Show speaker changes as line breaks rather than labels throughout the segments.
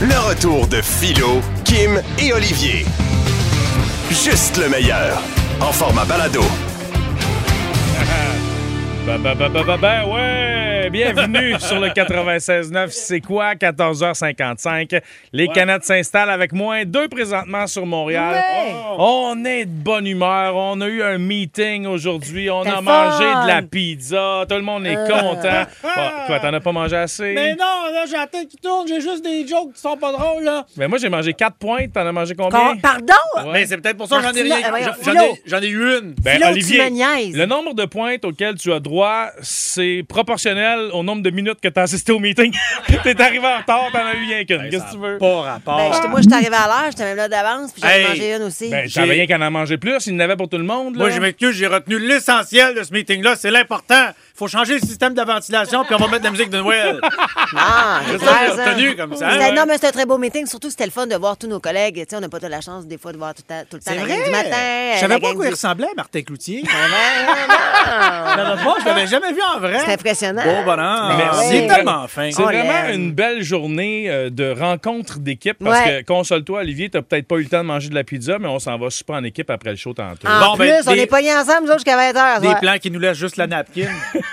Le retour de Philo, Kim et Olivier. Juste le meilleur. En format balado.
Bah, bah, bah, bah, bah, bah, ouais! Bienvenue sur le 96.9. C'est quoi? 14h55. Les canettes s'installent avec moins deux présentement sur Montréal. Oh.
Ouais!
On est de bonne humeur. On a eu un meeting aujourd'hui. On
C'était
a mangé
fun! Euh.
de la pizza. Tout le monde est content. Bon, quoi, t'en as pas mangé assez?
Ben
Mais non, là, j'ai la tête qui tourne, j'ai juste des jokes qui sont pas drôles, là.
Mais Ben, moi, j'ai mangé quatre pointes. T'en as mangé combien?
Con- Pardon?
Ouais.
Mais c'est peut-être pour ça que j'en ai
Martina,
rien.
euh,
J'en-
voyons,
J'en ai,
Philo.
j'en ai eu une.
Ben,
Philo, tu
Olivier,
me niaises.
le nombre de pointes auxquelles tu as droit, c'est proportionnel au nombre de minutes que tu as assisté au meeting. T'es arrivé en retard, t'en as eu rien
Ben,
qu'une. Qu'est-ce que tu veux?
Pas rapport.
Ben, j'étais- moi, j'étais arrivé à l'heure, j'étais même là d'avance, puis j'en ai
Hey!
mangé une aussi.
Ben,
j'ai-
t'avais rien qu'à en manger plus, il n'y en avait pour tout le monde.
Moi,
là.
je m'excuse, j'ai retenu l'essentiel de ce meeting-là. C'est l'important. Faut changer le système de ventilation, puis on va mettre de la musique de Noël.
ah,
C'est
c'est
ça,
clair,
j'ai retenu comme ça, hein.
C'était-
ouais.
Non, mais c'était un très beau meeting. Surtout, c'était le fun de voir tous nos collègues. Tu sais, on n'a pas eu la chance, des fois, de voir tout, le temps- tout le temps la gang du matin. euh,
Je
la
savais pas
gang
quoi il
du-
ressemblait à Martin Cloutier.
Ouais, non, non.
Moi, je l'avais jamais vu en vrai.
C'est impressionnant.
Bon, ben, bonhomme.
Merci.
Ben
Il est tellement fin.
C'est
On
vraiment
l'aime.
une belle journée euh, de rencontre d'équipe parce
Ouais.
que, console-toi, Olivier, t'as peut-être pas eu le temps de manger de la pizza, mais on s'en va super en équipe après le show tantôt.
En
Bon,
plus,
ben,
on
des-
est pognés ensemble, nous autres, jusqu'à 20 h
Des plans qui nous laissent juste la napkin.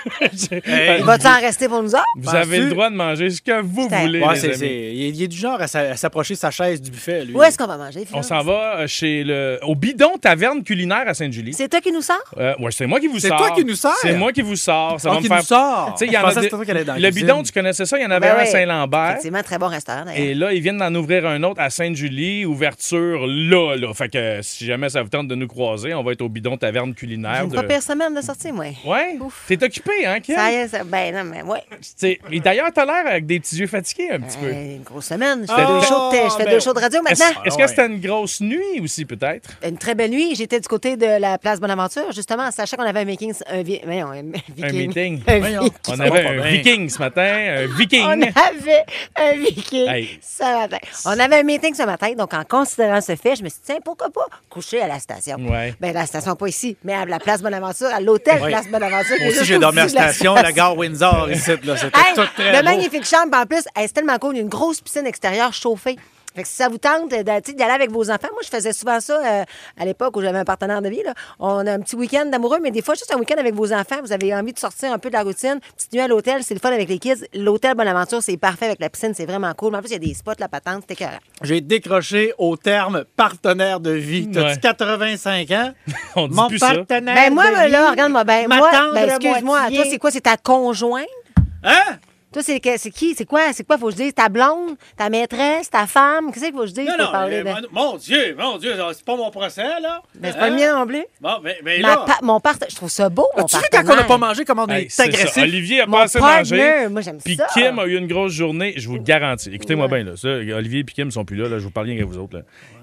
Hey.
Il va-tu en rester pour nous autres?
Vous avez
penses-tu?
le droit de manger ce que vous
Putain.
voulez,
Ouais,
les
c'est-
amis.
c'est- il est- il est du genre à s'a- à s'approcher de sa chaise du buffet, lui.
Où est-ce qu'on va manger, Philo?
On s'en va euh, chez le au bidon taverne culinaire à Sainte-Julie.
C'est toi qui nous sors?
Euh, ouais, c'est moi qui vous
C'est
sors.
toi qui nous sors?
C'est moi qui vous sors. Ça
Ah,
va
qui
me faire-
nous sort.
Tu sais, il y
Je
en
pensais
a
que
des-
c'était toi qui allais dans la
Le
cuisine.
bidon, tu connaissais ça? Il y en avait
Ben
un à
ouais.
Saint-Lambert.
Effectivement, très bon restaurant, d'ailleurs.
Et là, ils viennent d'en ouvrir un autre à Sainte-Julie, ouverture là, là. Fait que euh, si jamais ça vous tente de nous croiser, on va être au bidon taverne culinaire.
J'ai une
de-
pas
euh,
pire semaine de sortie, moi.
Ouais?
Ouf.
T'es occupé, hein, Kim?
Ça y est, ça- ben non, mais ouais.
T'sais, Et d'ailleurs, t'as l'air avec des petits yeux fatigués un petit peu.
Euh, une grosse semaine. Je
Ah,
fais, deux, shows de je fais
ben-
deux shows de radio
Est-ce
maintenant.
est-ce
ouais.
que c'était une grosse nuit aussi, peut-être?
Une très belle nuit. J'étais du côté de la place Bonaventure, justement, sachant qu'on avait un meeting. Un, vi- voyons, un meeting.
meeting.
Un
Voyons.
vi-
On
Ça va
avait
pas
un
bien.
viking ce matin, un viking.
On avait un meeting
Hey.
ce matin. On avait un meeting ce matin, donc en considérant ce fait, je me suis dit, tiens, pourquoi pas coucher à la station?
Ouais.
Bien, la station, pas ici, mais à la place Bonaventure, à l'hôtel
Ouais.
Place Bonaventure. qui est
Moi aussi,
juste
j'ai dormi à la
au-dessus de
station, la gare Windsor, ici. là. C'était
Hey,
tout très
le
beau.
magnifique chambre, en plus, elle, c'est tellement cool. Il y a une grosse piscine extérieure chauffée. Fait que si ça vous tente euh, d'a- tu sais, d'y aller avec vos enfants, moi, je faisais souvent ça euh, à l'époque où j'avais un partenaire de vie. là. On a un petit week-end d'amoureux, mais des fois, juste un week-end avec vos enfants, vous avez envie de sortir un peu de la routine. Petite nuit à l'hôtel, c'est le fun avec les kids. L'hôtel Bonaventure, c'est parfait avec la piscine, c'est vraiment cool. Mais en plus, il y a des spots, la patente, c'était écœurant.
J'ai décroché au terme partenaire de vie. T'as-tu
Ouais.
85 ans?
On dit
Mon
plus ça.
partenaire
Ben, moi,
de
ben,
vie,
là, regarde-moi, ben,
ma
moi,
tendre
ben, excuse-moi,
moitié.
toi, c'est quoi? C'est ta conjointe?
Hein?
Toi, c'est que- c'est qui? C'est quoi? C'est quoi? Faut que je dise ta blonde, ta maîtresse, ta femme? Qu'est-ce qu'il faut que je dise
Non,
pour
non,
parler
euh,
de-
mon- mon Dieu, mon Dieu, c'est pas mon procès, là. Hein?
Ben, c'est pas le mien non plus.
Bon, mais, mais
Ma
là...
pa- mon partenaire, je trouve ça beau, mon
As-tu vu quand
partenaire.
on n'a pas mangé, comment on
Hey,
est
c'est ça.
agressif?
Olivier a
Mon
pas assez mangé.
partner, moi, j'aime
Puis
ça.
Kim a eu une grosse journée, je vous le garantis. Écoutez-moi bien, là. Ça, Olivier et Kim sont plus là, là. Je vous parle rien avec vous autres, là.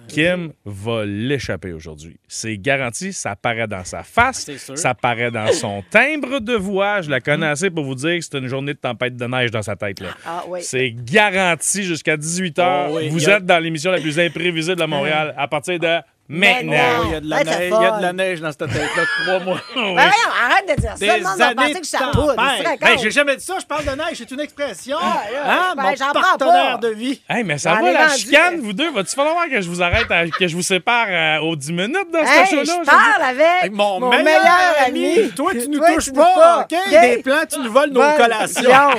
Kim va l'échapper aujourd'hui. C'est garanti, ça paraît dans sa face,
C'est sûr. Mm.
ça paraît dans son timbre de voix. Je la connais assez pour vous dire que c'est une journée de tempête de neige dans sa tête. Là.
Ah, oui.
C'est garanti jusqu'à 18h.
Oh, oui.
Vous
Il y a-
êtes dans l'émission la plus imprévisible à Montréal à partir de maintenant. Oh,
Maintenant.
Oh, il y a de la
Ouais, c'est
neige, il y a
folle.
de la neige dans cette tête-là, crois-moi.
Ben voyons, arrête de dire ça.
Des
Le monde va penser
années
que
de
je suis à bout.
tempête.
C'est
Ben,
raconte.
j'ai jamais dit ça, je parle de neige, c'est une expression.
là,
Hein,
ben,
mon
j'en prends
partenaire
pas.
de vie.
Hey, mais ça
J'en
va
ai
la
vendu,
chicane,
hein.
vous deux. Va-tu falloir que je vous arrête, à- que je vous sépare euh, aux 10 minutes dans
Hey,
ce show-là?
je
aujourd'hui?
parle avec
Avec mon,
meilleur, ami.
Toi, tu nous
Toi,
touches pas, OK? Des plans, tu nous voles nos
Bonne
collations.
viande.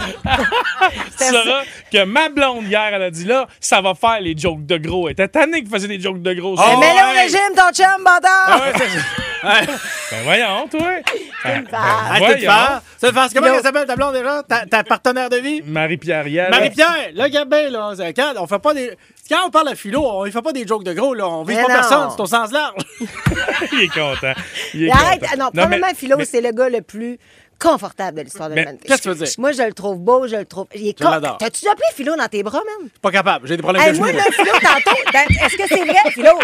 Tu
C'était ça.
sauras que ma blonde, hier, elle a dit là, ça va faire les jokes de gros. Elle était tannée que faisait des jokes de gros. Ah,
Oh,
Mais là, au
ouais.
régime, ton chum, bâtard!
Ben voyons, toi. Ben, ben,
Ah,
voyons.
tu te faire. Tu te faire. Comment
Non.
elle s'appelle ta blonde déjà? Ta, ta partenaire de vie?
Marie-Pierre Riel.
Marie-Pierre, là, Gabin, là, c'est- quand on fait pas des. Quand on parle à philo, on ne fait pas des jokes de gros, là. On vise
Mais
pas
non.
personne, c'est au sens large.
il est content. Il est
Et Arrête,
content.
ah non,
mais-
probablement Philo,
mais-
c'est le gars le plus confortable de l'histoire de
Mais
l'humanité.
qu'est-ce que tu veux dire?
Moi, je le trouve beau, je le trouve. Il est
Je
con-
l'adore.
T'as-tu déjà pris Philo dans tes bras, même?
Pas capable, j'ai des problèmes
Hey,
de
moi,
genoux.
là, Philo, tantôt. dans- Est-ce que c'est vrai, Philo?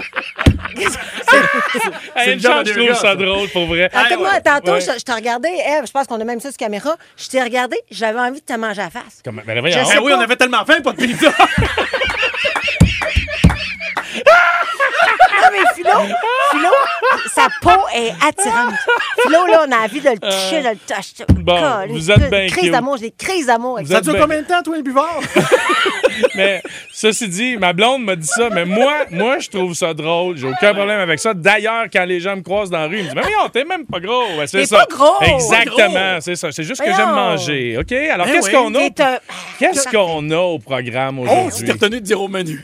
Hey,
le
une
job
chance,
de
je trouve
Vegas,
ça
ça.
drôle, pour vrai. Ah,
Tantôt, moi,
Ouais.
tantôt,
Ouais.
je, je t'ai regardé, Ève, je pense qu'on a même ça sur caméra. Je t'ai regardé, j'avais envie de te manger la face.
Comment- ben, voyons.
Je
Eh
sais-
oui,
pas.
on avait tellement faim, pas de pizza.
Non, mais Philo, Philo, sa peau est attirante. Philo, là, on a envie de le toucher, de le toucher.
Bon,
Colin,
vous êtes bien
Crise
cute.
d'amour, j'ai des crises d'amour. avec
Vous
ça.
Ça dure
Ben-
combien de temps, toi, le buvard?
Mais ceci dit, ma blonde m'a dit ça, mais moi, moi, je trouve ça drôle. J'ai aucun problème avec ça. D'ailleurs, quand les gens me croisent dans la rue, ils me disent Mais voyons, t'es même pas gros. Ouais, c'est
T'es
ça.
pas gros.
Exactement, c'est ça. C'est juste que
Voyons.
j'aime manger. OK? Alors,
Ben
qu'est-ce
oui.
qu'on a?
T'es un-
Qu'est-ce qu'on a au programme
Oh, tu
aujourd'hui?
t'es retenu de dire au menu.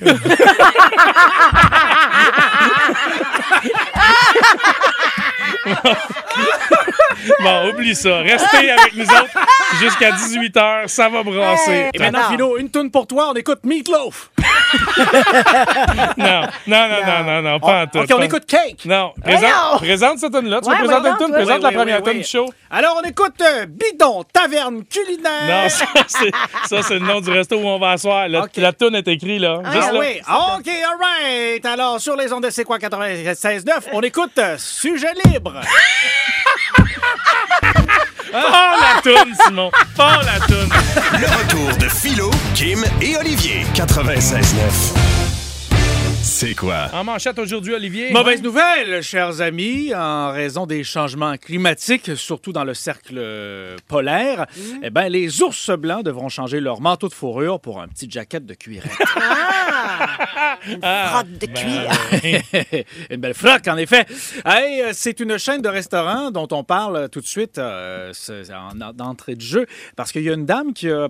bon, oublie ça. Restez avec nous autres jusqu'à 18h. Ça va brasser.
Et maintenant, Philo, une toune pour toi, on écoute Meatloaf.
Non, non, non, non, non, non, pas en tout.
OK, on
pas-
écoute Cake.
Non, présente,
non.
présente cette tune là Tu
Ouais,
vas présenter une
voyons,
tune,
toi.
présente
Oui,
la
oui,
première
oui,
tune
oui.
du show.
Alors, on écoute euh, Bidon, Taverne
Non,
culinaire.
ça, c'est- ça, c'est le nom du resto où on va asseoir. La,
OK.
la toune est écrite, là. Juste
Ah
là.
oui, OK, all right. Alors, sur les ondes de C'est quoi 96.9, on écoute euh, Sujet libre.
Ah, Pas la toune, Simon. Pas la toune.
Le retour de Philo, Kim et Olivier. 96.9. C'est quoi?
En manchette aujourd'hui, Olivier.
Mauvaise nouvelle, chers amis, en raison des changements climatiques, surtout dans le cercle euh, polaire, eh ben, les ours blancs devront changer leur manteau de fourrure pour un petit jacket de cuirette.
Ah,
Crotte Ah!
ben,
de cuir.
euh,
une belle froc, en effet. Hey, euh, c'est une chaîne de restaurants dont on parle euh, tout de suite euh, c'est en, en- d'entrée de jeu, parce qu'il y a une dame qui a,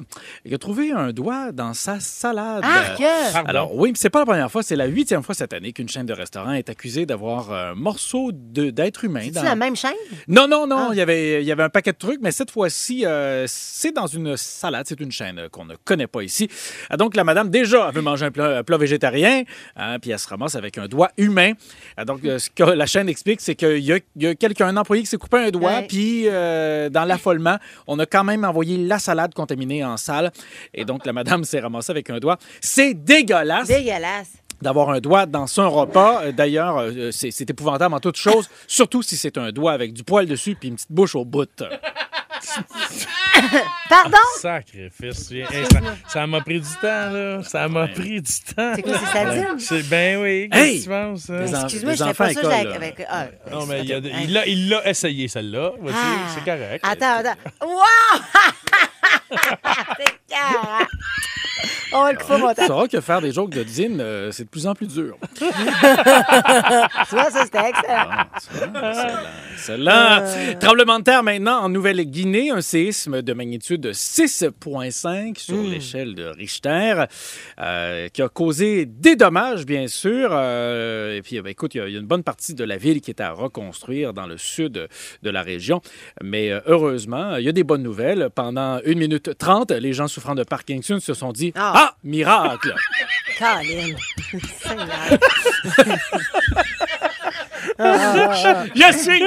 qui a trouvé un doigt dans sa salade.
ben,
Arc!
Pardon.
Alors oui, mais c'est pas la première fois, c'est la huitième fois cette année qu'une chaîne de restaurants est accusée d'avoir euh, un morceau de- d'être humain.
C'est
dans-
la même chaîne?
Non, non, non, il y avait, il y avait un paquet de trucs, mais cette fois-ci, euh, c'est dans une salade, c'est une chaîne euh, qu'on ne connaît pas ici. Ah, Donc la madame déjà veut manger un plat, un plat végétarien, hein, puis elle se ramasse avec un doigt humain. Ah, Donc euh, ce que la chaîne explique, c'est qu'il y a, il y a quelqu'un, un employé qui s'est coupé un doigt,
Ouais.
puis euh, dans l'affolement, on a quand même envoyé la salade contaminée en salle, et donc la madame s'est ramassée avec un doigt. C'est dégueulasse
Dégueulasse.
d'avoir un doigt dans son repas. Euh, D'ailleurs, euh, c'est c'est épouvantable en toute chose, surtout si c'est un doigt avec du poil dessus puis une petite bouche au bout.
Pardon?
Sacrifice. Hey, ça- ça m'a pris du temps, là. Ça m'a pris du temps.
C'est quoi, c'est Sadine?
C'est- Ben oui.
Hey!
Qu'est-ce que tu penses? hein?
Les en-
Excuse-moi,
les
je ne
enfants
pas
à
ça
école,
avec.
là.
avec- ah,
Non, mais il y a de-
Hey.
il l'a il l'a essayé, celle-là. Vois-tu,
Ah.
C'est correct.
Attends, attends. Wow! c'est carré. On le faut
Tu
monter.
sauras que faire des jokes de dîne, euh, c'est de plus en plus dur.
Tu vois, ça, c'était excellent.
Ah. Excellent. Tremblement de terre maintenant en Nouvelle-Guinée, un séisme de magnitude 6,5 sur l'échelle de Richter, euh, qui a causé des dommages, bien sûr. Euh, et puis, euh, ben, écoute, il y, a- il y a une bonne partie de la ville qui est à reconstruire dans le sud de la région. Mais euh, heureusement, il y a des bonnes nouvelles. Pendant 1 minute 30, les gens souffrant de Parkinson se sont dit
Ah.
Ah, miracle!
Colin.
Je suis guéri!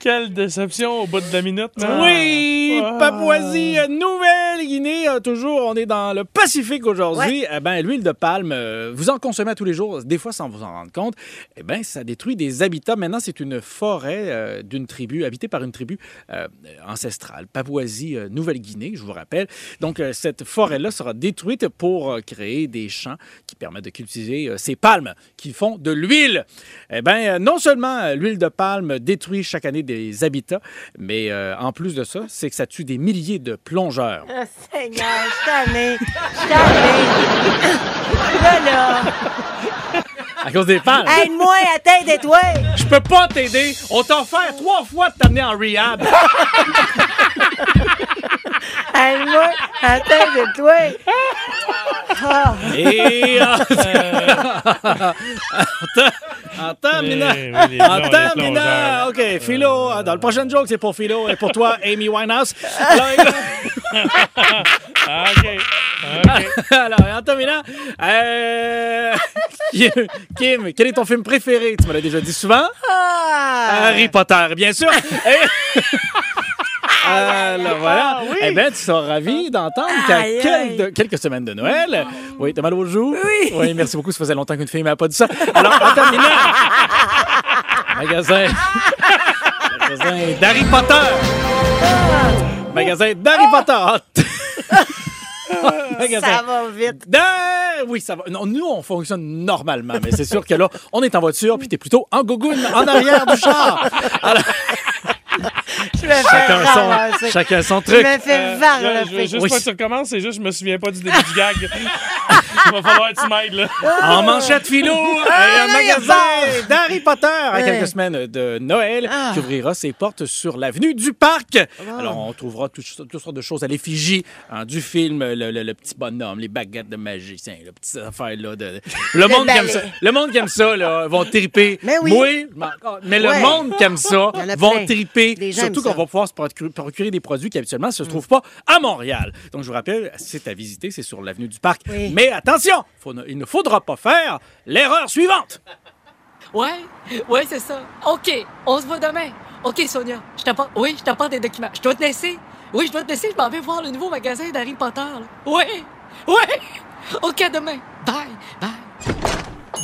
Quelle déception au bout de la minute, hein? non?
Oui,
Ah.
Papouasie, euh, Nouvelle-Guinée, euh, toujours, on est dans le Pacifique aujourd'hui. Eh ben, l'huile de palme, euh, vous en consommez à tous les jours, des fois sans vous en rendre compte. Eh ben, ça détruit des habitats. Maintenant, c'est une forêt euh, d'une tribu, habitée par une tribu euh, ancestrale. Papouasie, euh, Nouvelle-Guinée, je vous rappelle. Donc, euh, cette forêt-là sera détruite pour euh, créer des champs qui permettent de cultiver euh, ces palmes qui font de l'huile. Eh bien, non seulement euh, l'huile de palme détruit chaque année des habitats, mais euh, en plus de ça, c'est que ça tue des milliers de plongeurs.
Oh, Seigneur, je t'amène. Je t'amène. Là, là.
À cause des palmes.
Aide-moi à t'aider, et toi.
Je peux pas t'aider. On t'a offert trois fois de t'amener en rehab.
Aide-moi à t'aider, et toi. Ah,
Et euh, en, en terminant...
Eh oui, les
En
blondes, les
terminant,
plongeurs.
OK, Philo, euh, dans le prochain joke, c'est pour Philo et pour toi, Amy Winehouse. Alors, écoute-
Ah, OK. OK.
Alors, en terminant, euh, Kim, quel est ton film préféré? Tu me l'as déjà dit souvent.
ah.
Harry Potter, bien sûr. Et- Alors voilà.
Ah, oui. Ah.
Eh bien, tu seras ravi d'entendre qu'à
Aïe, aïe. Ah.
quelques, quelques semaines de Noël. Oui, t'as mal au joue?
Oui.
merci beaucoup. Ça faisait longtemps qu'une fille m'a pas dit ça. Alors, en terminant, magasin. magasin d'Harry Potter.
Ah.
Magasin d'Harry Potter. magasin.
Ça va vite.
Dans- Ben Oui, ça va. Non, nous, on fonctionne normalement, mais c'est sûr que là, on est en voiture, puis t'es plutôt en gogoune, en arrière du char. Alors,
Je me
chacun,
fais
son,
ramasser.
chacun son
Je
truc.
me fais
euh, Je, je veux
varloper.
juste
Oui.
pas que tu recommences, c'est juste je me souviens pas du début du gag. Il va falloir que tu m'aides, là.
En manchette philo, et un
Ah! là, il y a
magasin d'Harry Potter à
Ouais.
quelques semaines de Noël
Ah.
qui ouvrira ses portes sur l'avenue du Parc. Alors, on trouvera tout- toutes sortes de choses à l'effigie hein, du film, le, le- le petit bonhomme, les baguettes de magicien, le petit affaire là de... Le monde qui aime
balai.
ça, le monde qui aime ça là, vont triper.
Mais oui.
Moi, je m'en calme. mais le
Ouais.
monde qui aime ça
Il y en a
vont
plein.
triper.
Des gens
Surtout
aiment ça.
qu'on va pouvoir se procu- procurer des produits qui habituellement se trouvent pas à Montréal. Donc, je vous rappelle, c'est à visiter, c'est sur l'avenue du Parc.
Oui.
Mais attention, faut ne- il ne faudra pas faire l'erreur suivante.
Ouais, ouais, c'est ça. OK, on se voit demain. OK, Sonia, je t'apporte, oui, je t'apporte des documents. Je dois te laisser. Oui, je dois te laisser. Je m'en vais voir le nouveau magasin d'Harry Potter. là. Ouais, ouais. OK, à demain. Bye, bye.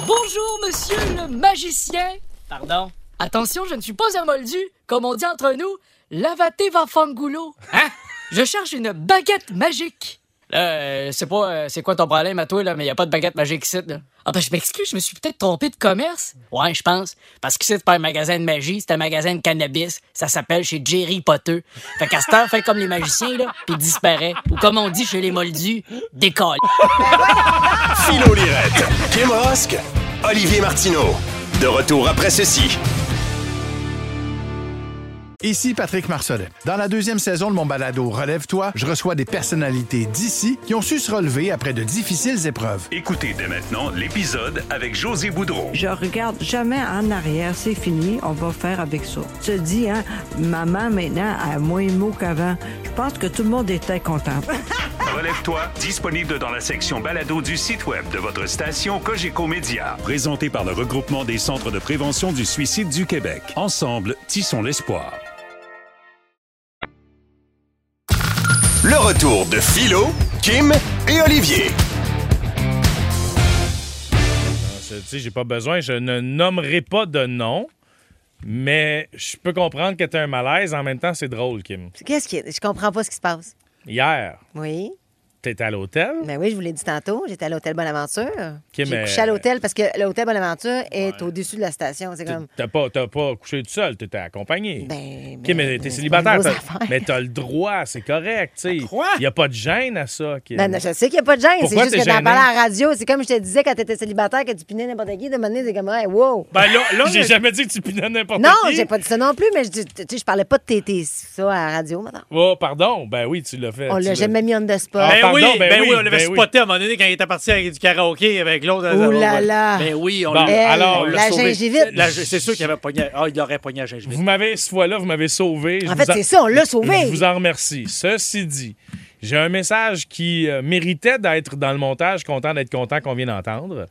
Bonjour, monsieur le magicien.
Pardon?
Attention, je ne suis pas un moldu. Comme on dit entre nous, lavate va fangulo. Hein? Je cherche une baguette magique.
Là, euh, c'est pas euh, c'est quoi ton problème à toi, là, mais y a pas de baguette magique ici, là.
Ah ben, je m'excuse, je me suis peut-être trompé de commerce.
Ouais, je pense. Parce que c'est pas un magasin de magie, c'est un magasin de cannabis. Ça s'appelle chez Jerry Potter. Fait qu'à ce temps, fait comme les magiciens, là, puis disparaît. Ou comme on dit chez les moldus, décolle.
Philo Lirette, Kim Rosk, Olivier Martineau. De retour après ceci.
Ici Patrick Marcelet. Dans la deuxième saison de mon balado Relève-toi, je reçois des personnalités d'ici qui ont su se relever après de difficiles épreuves.
Écoutez dès maintenant l'épisode avec José Boudreau.
Je regarde jamais en arrière, c'est fini, on va faire avec ça. Tu te dis, hein, maman maintenant a moins de mots qu'avant. Je pense que tout le monde était content.
Relève-toi, disponible dans la section balado du site web de votre station Cogeco Média. Présenté par le regroupement des centres de prévention du suicide du Québec. Ensemble, tissons l'espoir.
Le retour de Philo, Kim et Olivier.
Je dis, j'ai pas besoin, je ne nommerai pas de nom, mais je peux comprendre que t'as un malaise. En même temps, c'est drôle, Kim.
Qu'est-ce qui est? Je comprends pas ce qui se passe.
Hier,
Oui.
t'étais à l'hôtel.
Ben oui, je vous l'ai dit tantôt, j'étais à l'hôtel Bonaventure. J'ai
mais-
couché à l'hôtel parce que l'hôtel Bonaventure est au-dessus de la station. C'est comme.
T'as pas, t'as pas couché tout seul, t'étais accompagné.
Ben,
Kim,
ben,
mais t'es
c'est
célibataire.
une grosse
t'as-
affaire.
mais t'as le droit, c'est correct. Il
Quoi?
n'y a pas de gêne à ça, Kim.
Ben, je sais qu'il n'y a pas de gêne. C'est
Pourquoi
juste
t'es
que t'en
gênée?
parles à la radio. C'est comme je te disais quand t'étais célibataire que tu pinais n'importe qui. De manière, c'est comme, hey, wow.
Ben là, là, j'ai
mais-
jamais dit que tu pinais n'importe
Non,
qui.
j'ai pas dit ça non plus, mais je, dis- tu sais, je parlais pas de TT, ça, à la radio, maintenant.
Oh, pardon. Ben oui, tu l'as fait.
On
tu
l'a
l'as-
jamais mis on the spot.
Ah, pardon, ben oui,
on l'avait
ben oui.
spoté à un moment donné quand il était parti avec du karaoké avec l'autre.
Ouh là là.
Ben oui, on
Bon,
l'a-
Elle,
alors,
on l'a
la
sauvé.
gingivite.
La- C'est sûr qu'il avait pogné. Ah, il aurait pogné la gingivite.
Vous m'avez, ce fois-là, vous m'avez sauvé. Je
En
vous
fait,
en-
c'est ça, on l'a sauvé.
Je vous en remercie. Ceci dit, j'ai un message qui euh, méritait d'être dans le montage. Content d'être content qu'on vient d'entendre.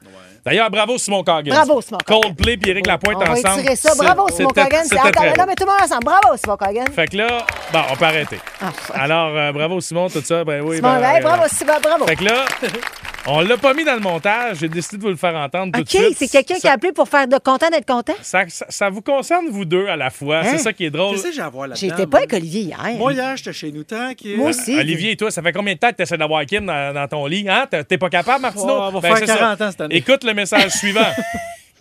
D'ailleurs, bravo Simon Coggins.
Bravo, Simon Coggins.
Coldplay puis Eric Lapointe
on va
ensemble.
étirer ça. Bravo,
C'est-
Simon
c'était-
Cogan. C'est
c'était
encore
très
là,
bon.
mais tout le monde ensemble. Bravo, Simon Cogan.
Fait que là, bon, on peut arrêter.
Ah, fuck.
Alors, euh, bravo Simon, tout ça. Ben oui.
Simon,
ben,
hey,
euh,
bravo, Simon, bravo.
Fait que là, on l'a pas mis dans le montage. J'ai décidé de vous le faire entendre tout de suite.
OK, c'est quelqu'un qui a
Ça-
appelé pour faire de content d'être content.
Ça, ça- ça vous concerne, vous deux, à la fois.
Hein?
C'est ça qui est drôle.
Qu'est-ce que j'ai à voir là-dedans?
J'étais pas avec Olivier hier.
Moi, hier, j'étais chez nous, tranquille.
Moi aussi.
Olivier et toi, ça fait combien de temps que tu essaies d'avoir Kim dans, dans ton lit? Hein? T'es- T'es pas capable, Martino?
Oh, on va faire
c'est ça.
40 ans cette année.
Écoute le message suivant.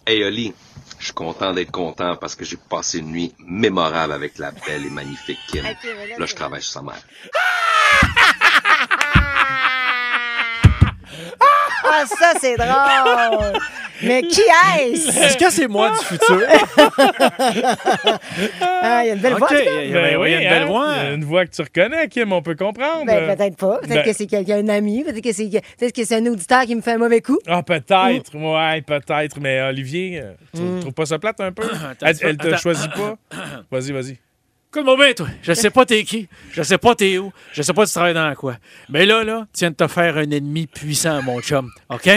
Hey Oli, je suis content d'être content parce que j'ai passé une nuit mémorable avec la belle et magnifique Kim. Là, je travaille sur sa mère.
Ah, ça, c'est drôle. Mais qui est-ce?
Est-ce que c'est moi du futur?
Ah, Il y a une belle voix.
OK,
en tout cas.
il y a- ben oui, il y a une
hein?
belle voix.
Il y a Une voix que tu reconnais, Kim, on peut comprendre.
Ben, peut-être pas. Peut-être
Ben-
que c'est quelqu'un, un ami. Peut-être que c'est peut-être que c'est un auditeur qui me fait un mauvais coup.
Ah, peut-être. Ouais, peut-être. Mais Olivier, euh, tu tu trouves pas ça plate un peu? elle, elle te
Mm. attends.
choisit pas? Vas-y, vas-y.
Écoute-moi bien, toi. Je sais pas t'es qui. Je sais pas t'es où. Je sais pas tu travailles dans quoi. Mais là, là, tu viens de te faire un ennemi puissant, mon chum. OK?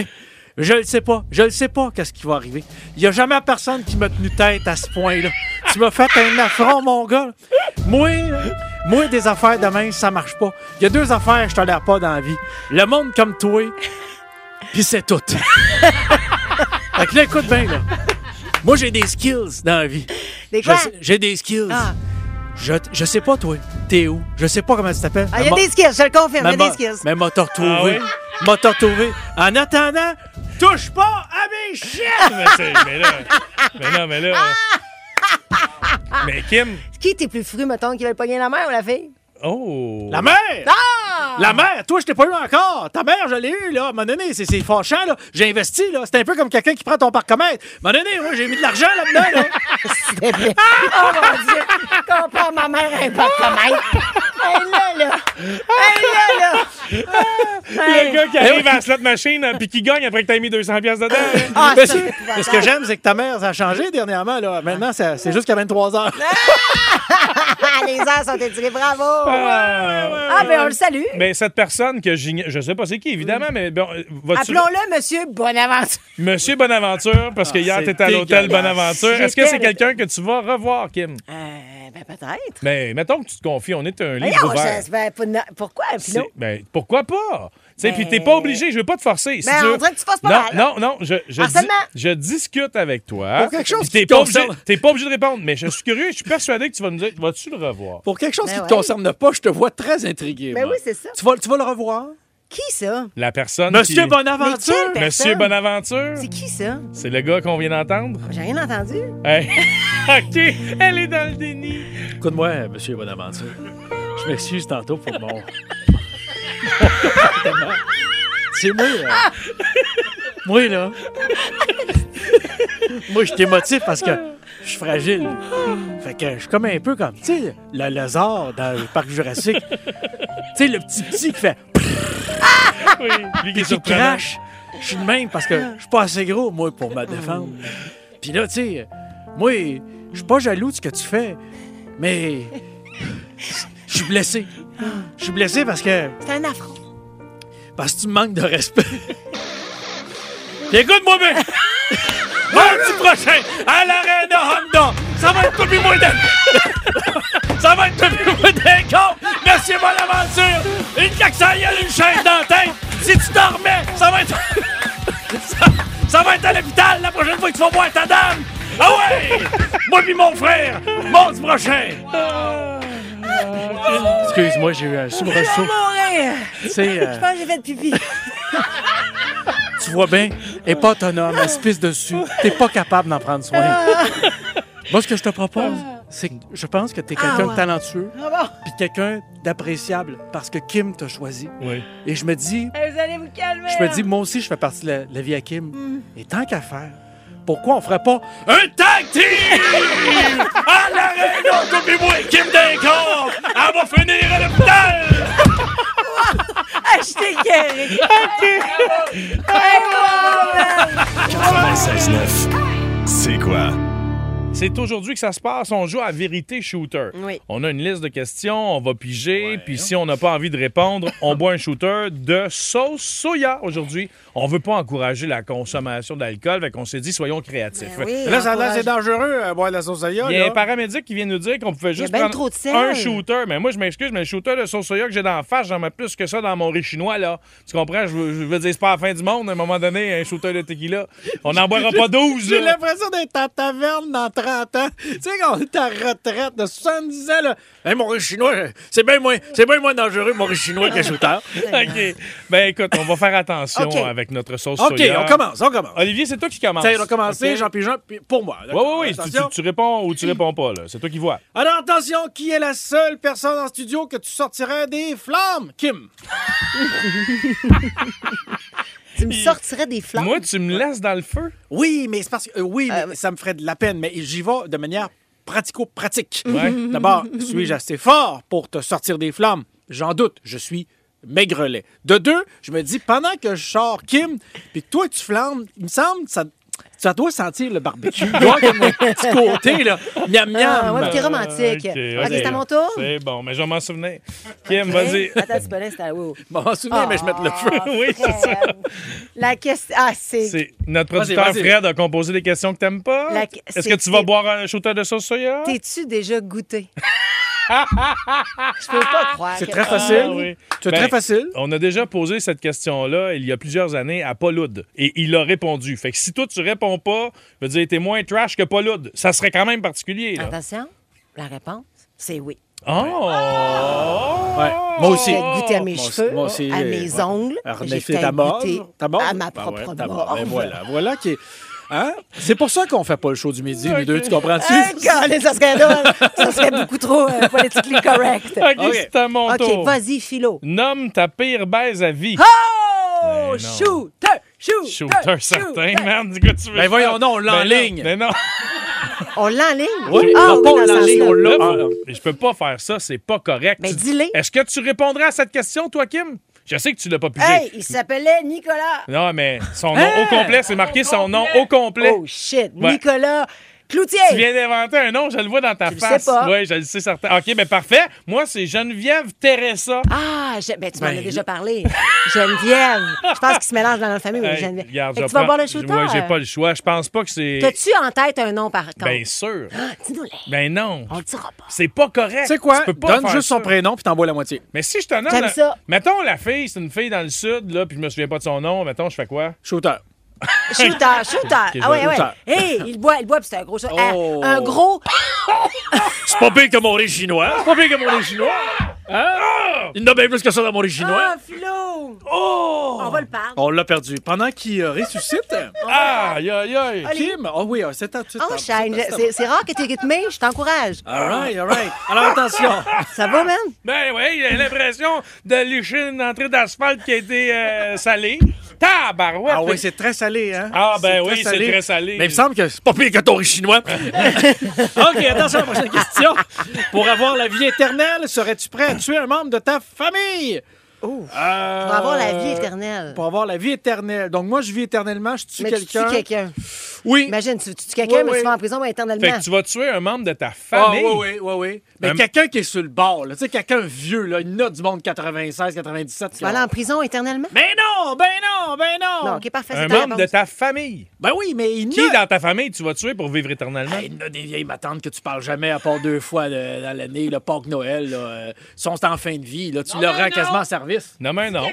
Je le sais pas. Je le sais pas qu'est-ce qui va arriver. Il y a jamais personne qui m'a tenu tête à ce point-là. Tu m'as fait un affront, mon gars. Moi, là, Moi, des affaires de même, ça marche pas. Il y a deux affaires que je tolère pas dans la vie. Le monde comme toi, puis c'est tout. fait que là, écoute bien, là. Moi, j'ai des skills dans la vie.
Des
Je
quoi?
sais- J'ai des skills.
Ah.
Je, je sais pas, toi. T'es où? Je sais pas comment tu t'appelles.
Ah, il y a
Mais
des skills, je le confirme, il y a
mais
des
m'a-
skills.
Mais m'a t'as retrouvé.
Ah oui?
M'a t'as retrouvé. En attendant, touche pas à mes chiens!
mais, c'est- mais là, mais là, mais là. Mais Kim,
Qui t'es plus fru, mettons, qui veut pogner la mère ou la fille?
oh.
La mère!
Ah!
La mère! Toi, je t'ai pas eu encore! Ta mère, je l'ai eu, là, à un moment donné, c'est, c'est fâchant, là. J'ai investi, là. C'est un peu comme quelqu'un qui prend ton parcomètre. À un moment donné, ouais, j'ai mis de l'argent là-dedans, là.
C'était bien. Oh mon Dieu! Compare ma mère à un partenaire. Elle là, là! Elle là, là!
Le
Eh
gars qui arrive à la slot machine hein, puis qui gagne après que t'as mis 200$ piastres dedans. hein.
Ah,
Mais
ça,
c'est-
c'est
mais ce que j'aime, c'est que ta mère, ça a changé dernièrement, là. Maintenant, ça- c'est juste qu'à 23 heures.
Ah, Les heures sont étirées, bravo! Ah, ben on le salue!
Mais cette personne que j'ign- je sais pas c'est qui, évidemment,
Mm.
mais bon, euh, votre-
Appelons-le Monsieur Bonaventure.
Monsieur Bonaventure, parce que
Ah,
hier,
c'est
t'étais à l'hôtel
dégueulasse.
Bonaventure. Est-ce que
J'étais
c'est
avec-
quelqu'un que tu vas revoir, Kim?
Euh, ben peut-être.
Mais mettons que tu te confies, on est un
Mais
Ben, livre
non,
ouvert.
ça se fait pas de- pourquoi un
C'est-
pilote?
Ben, pourquoi pas? Tu sais,
Mais-
Puis t'es pas obligé, je veux pas te forcer. Si
Mais
tu
Ben- on
veux-
dirait que tu fasses pas
non,
mal. hein?
Non, non, je, je,
Harcèlement.
dis- je discute avec toi.
Pour quelque chose
Puis
qui
T'es
te
pas, obligé-
concerne.
t'es pas obligé de répondre, mais je suis curieux, je suis persuadé que tu vas nous dire, vas-tu le revoir?
Pour quelque chose
Ben
qui ne te
ouais.
concerne pas, je te vois très intrigué.
Ben
moi.
oui, c'est ça.
Tu vas, tu vas le revoir?
Qui ça?
La personne
Monsieur
qui-
Bonaventure!
Mais quelle
Monsieur
personne?
Bonaventure?
C'est qui ça?
C'est le gars qu'on vient d'entendre?
J'ai rien entendu.
Hey. OK, elle est dans le déni.
Écoute-moi, Monsieur Bonaventure. Je m'excuse tantôt pour mon. mon comportement. C'est moi, là. Ah! Moi, là. moi, je suis émotif parce que je suis fragile. Fait que je suis comme un peu comme, tu sais, le lézard dans le parc Jurassique. Tu sais, le petit petit qui fait.
Oui, lui qui est
Puis qui
surprenant.
crache. Je suis de même parce que je suis pas assez gros, moi, pour me défendre. Puis là, tu sais, moi, je suis pas jaloux de ce que tu fais, mais je suis blessé. Je suis blessé parce que,
C'est un affront.
parce que tu me manques de respect. Puis écoute-moi bien! Mardi prochain, à l'Arena Honda, ça va être tout moi d'un... ça va être tout moi d'un con! Merci, Bonaventure! Une claque sans gueule, une chaise dans la tête! Si tu dormais, ça va être... ça, ça va être à l'hôpital la prochaine fois que tu vas voir ta dame! Ah ouais! Moi pis mon frère, mardi prochain! Excuse-moi, j'ai eu un
Je
soubresaut.
mourir!
Tu
Ah
sais, euh,
euh,
Je pense que j'ai fait de pipi.
tu vois bien, elle est pas autonome, elle se pisse dessus. T'es pas capable d'en prendre soin. Moi, ce que je te propose, c'est que je pense que t'es quelqu'un
Ah ouais.
de talentueux,
Ah bon?
puis quelqu'un d'appréciable, parce que Kim t'a choisi.
Oui.
Et je me dis,
Eh, Vous allez vous calmer.
je me
là.
dis, moi aussi, je fais partie de la, la vie à Kim.
Mm.
Et tant qu'à faire, pourquoi on ferait pas un tag team à l'aréna, toi pis moi, Kim Dincor,
Ah,
elle va finir à l'hôpital!
Ah, je t'ai guéri. OK. bravo, man.
96.9. C'est quoi?
C'est aujourd'hui que ça se passe. On joue à vérité shooter.
Oui.
On a une liste de questions, on va piger, puis si on n'a pas envie de répondre, on boit un shooter de sauce soya aujourd'hui. On veut pas encourager la consommation d'alcool, fait qu'on s'est dit soyons créatifs.
Ben oui,
Là, ça a l'air, c'est
encourage.
dangereux, euh, boire de la sauce soya.
Il y a un
là.
paramédic qui vient nous dire qu'on pouvait
y a
juste
ben
prendre
trop de sel.
un shooter. Mais moi, je m'excuse, mais le shooter de sauce soya que j'ai dans la face, j'en mets plus que ça dans mon riz chinois, là. Tu comprends? Je veux, je veux dire, c'est pas la fin du monde, à un moment donné, un shooter de tequila. On n'en boira pas 12,
J'ai
là.
l'impression d'être en taverne dans 30 ans. Tu sais, quand on est à retraite de 70 ans, là. Hey, mon riz chinois, c'est bien moins, c'est bien moins dangereux, mon riz chinois, qu'un shooter.
OK. Ben écoute, on va faire attention
OK.
avec notre sauce
OK,
soya.
on commence, on commence.
Olivier, c'est toi qui commence.
Tiens, on va commencer,
OK?
Jean Pigeon, puis pour moi.
Oui, oui, oui. Tu,
Attention.
tu- tu réponds ou tu réponds pas, là. C'est toi qui vois.
Alors, attention, qui est la seule personne en studio que tu sortirais des flammes? Kim.
Tu me sortirais des flammes.
Moi, tu me laisses dans le feu.
Oui, mais c'est parce que. euh, oui, mais ça me ferait de la peine, mais j'y vais de manière pratico-pratique. D'abord, suis-je assez fort pour te sortir des flammes? J'en doute, je suis maigrelet. De deux, je me dis, pendant que je sors Kim, puis que toi, tu flammes, il me semble, ça. Ça doit sentir le barbecue. Il doit y avoir comme un petit côté, là. Miam, miam.
Ah, ouais, mais t'es romantique.
Euh, OK,
Ok,
OK.
c'est à mon tour?
C'est bon, mais je vais m'en souvenir. Kim,
Hein?
vas-y.
Attends, tu peux laisser, c'est à wow. Euh,
Bon, m'en souviens, mais je mets le feu.
Oui, c'est ça.
La question. Ah, c'est.
C'est- Notre producteur
Vas-y, vas-y.
Fred a composé des questions que t'aimes pas.
La-
Est-ce
c'est-
que tu vas
c'est-
boire un shooter de sauce soya?
T'es-tu déjà goûté? Je peux pas croire.
C'est
que-
très facile.
Ah oui.
C'est
Ben,
très facile.
On a déjà posé cette question-là il y a plusieurs années à Paul Hood et il a répondu. Fait que si toi, tu réponds pas, je veux dire, t'es moins trash que Paul Hood. Ça serait quand même particulier. Là.
Attention, la réponse, c'est oui.
Oh!
Ah!
Ouais. Moi aussi.
J'ai fait goûter à mes
Moi aussi-
cheveux,
moi aussi,
à
euh,
mes
ouais.
ongles.
Alors,
J'ai
mais
fait
ta mort.
goûter
Ta mort?
à ma
Ben
propre
ouais, ta mort.
mort.
Ben voilà, voilà qui est. Hein? C'est pour ça qu'on fait pas le show du midi, nous deux, tu comprends-tu?
Ah, Colin, ça serait drôle. Ça serait beaucoup trop euh, politically correct.
OK, c'est à mon
OK,
tour.
vas-y, Philo.
Nomme ta pire baise à vie.
Oh!
Ben non.
Shooter! Shooter!
Shooter certain, man. Du coup, tu veux
Ben voyons, non, on l'a en
Ben non,
ligne.
Ben non.
On l'a en ligne?
Oui,
Ah
on
oui,
l'a
dans
en
ce
ligne,
sens-là.
on l'a.
Là,
Ah,
faut- Je peux pas faire ça, c'est pas correct.
Mais
Tu-
Ben, dis-le.
Est-ce que tu répondras à cette question, toi, Kim? Je sais que tu l'as pas pigé.
Hey, il s'appelait Nicolas.
Non, mais son nom au complet, c'est marqué son nom au complet.
Hein? Oh shit,
Ouais.
Nicolas Cloutier.
Tu viens d'inventer un nom, je le vois dans ta
Je le sais
face.
pas.
Oui, je le sais certain. OK, ben parfait. Moi, c'est Geneviève Teresa.
Ah, je- ben, tu m'en
Ben,
as déjà parlé. Geneviève. Je pense qu'il se mélange dans la famille.
Hey,
Euh, Geneviève.
regarde,
Fait
je
que tu vas
prends-
boire le shooter?
Ouais, j'ai
euh,
pas le Ben, choix. Je pense pas que c'est.
T'as-tu en tête un nom par contre?
Bien sûr.
Dis-nous-le.
Ben non.
On le dira pas.
C'est pas correct.
Tu sais quoi?
Tu peux pas
Donne
faire
juste son
ça.
prénom puis t'envoies la moitié.
Mais si je te nomme.
J'aime
la-
ça.
Mettons la fille, c'est une fille dans le sud, là, puis je me souviens pas de son nom. Mettons, je fais quoi?
Shooter.
Shooter, shooter.
Ok,
ah ouais, ouais.
shooter.
Hey, il boit, il boit, puis c'est un gros shooter. Un-
Oh.
Un gros.
C'est pas pire que mon riz chinois. C'est pas pire que mon riz chinois. Il n'a bien plus que ça dans mon riz
Ah, Philo!
Oh!
On va le perdre.
On l'a perdu. Pendant qu'il euh, ressuscite,
Ah, aïe, aïe, aïe.
Kim, oh oui, ah, c'est top, c'est top,
Enchaîne.
c'est top,
C'est c'est rare que t'es rythmé, je t'encourage.
All right, all right. Alors attention.
Ça va, man?
Ben oui, j'ai l'impression de licher une entrée d'asphalte qui a été euh, salée. Tabarouette!
Ah oui, c'est très salé, hein?
Ah, ben oui,
très
c'est très salé.
Mais il me semble que c'est pas pire que ton riz chinois. OK, attention à la prochaine question. Pour avoir la vie éternelle, serais-tu prêt à tuer un membre de ta famille? Euh,
Pour avoir la vie
Euh,
éternelle.
Pour avoir la vie éternelle. Donc, moi, je vis éternellement, je tue
Mais tu tues
quelqu'un.
quelqu'un.
Oui.
Imagine, tu tu tues quelqu'un,
Oui,
mais
oui.
tu vas en prison
Fait
éternellement.
que tu vas tuer un membre de ta
Ah,
famille.
oui, oui, oui, oui. Euh, Mais
Ben,
quelqu'un qui est sur le bord, là. Tu sais, quelqu'un vieux, là. Il y en a du monde 96, 97.
Tu vas aller en prison éternellement?
Mais non, ben non, ben non.
Non, OK, parfait.
Un
c'est ta
membre de
réponse.
ta famille.
Ben oui, mais il y
Qui
en a...
dans ta famille tu vas tuer pour vivre éternellement?
Hey, il y en a des vieilles matantes que tu parles jamais à part deux fois euh, dans l'année, le Pâques Noël. Là, euh, si on est en fin de vie, là, tu leur rends quasiment en service.
Non, mais non.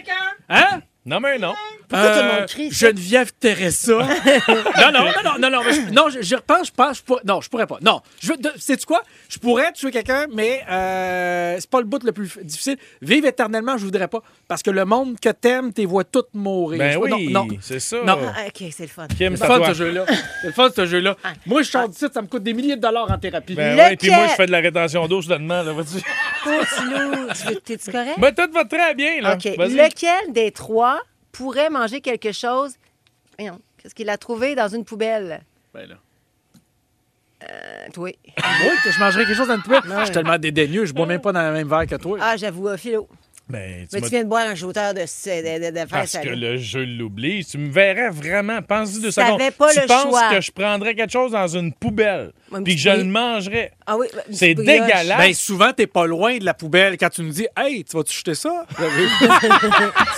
Hein?
Non, mais non.
Pourquoi tout le monde crie, ça?
Euh, Geneviève Teresa. non, non, non, non, non, non, mais je- non, je, je repense, je pense, je pourrais, non, je pourrais pas. Non, je, veux- de- sais-tu quoi? Je pourrais tuer quelqu'un, mais euh, c'est pas le bout le plus f- difficile. Vivre éternellement, je voudrais pas, parce que le monde que t'aimes, t'es vois toutes mourir.
Ben
Je-
oui,
non, non.
c'est ça.
Non.
Ah, OK, c'est le fun.
Kim,
C'est
c'est
le
à
fun,
toi.
ce jeu-là. C'est le fun, ce jeu-là.
Ah.
Moi, je sors d'ici, ça me coûte des milliers de dollars en thérapie.
Ben
Lequel?
ouais, puis moi, je fais de la rétention d'eau soudainement, là, vas-y.
Oh, Philo, tu veux- t'es-tu correct?
Ben, tout va très bien, là.
OK.
Vas-y.
Lequel des trois pourrait manger quelque chose? Voyons, Qu'est-ce qu'il a trouvé dans une poubelle?
Ben là.
Euh, toi.
Oui, que je mangerais quelque chose dans une poubelle.
Non.
Je suis tellement dédaigneux, je bois même pas dans le même verre que toi.
Ah, j'avoue, euh, Philo.
Ben, tu
Mais
m'as-
tu viens de boire un shooter de, ce- de, de, de faire
Parce
ça.
que le jeu l'oublie. Tu me verrais vraiment. Pense-y deux
Si
secondes.
t'avais pas
tu
le
penses
choix.
que je prendrais quelque chose dans une poubelle
Un
puis
petit
que je
bri-
le mangerais.
Ah oui, une petite
C'est
brioche.
dégueulasse.
Ben souvent, t'es pas loin de la poubelle quand tu nous dis Hey, tu vas-tu jeter ça?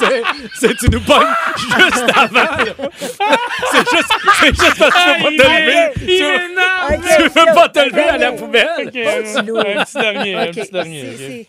c'est, c'est- tu nous pognes juste avant. là. c'est juste, c'est juste parce que tu
Ah,
veux pas
il
te
est-
lever.
il
Tu
est
veux-
énorme!
Ok,
tu veux
Philo.
pas te lever à la
Ok.
poubelle.
Ok, un petit dernier, un
Ok, bah,
petit dernier.
si,
ok.
si.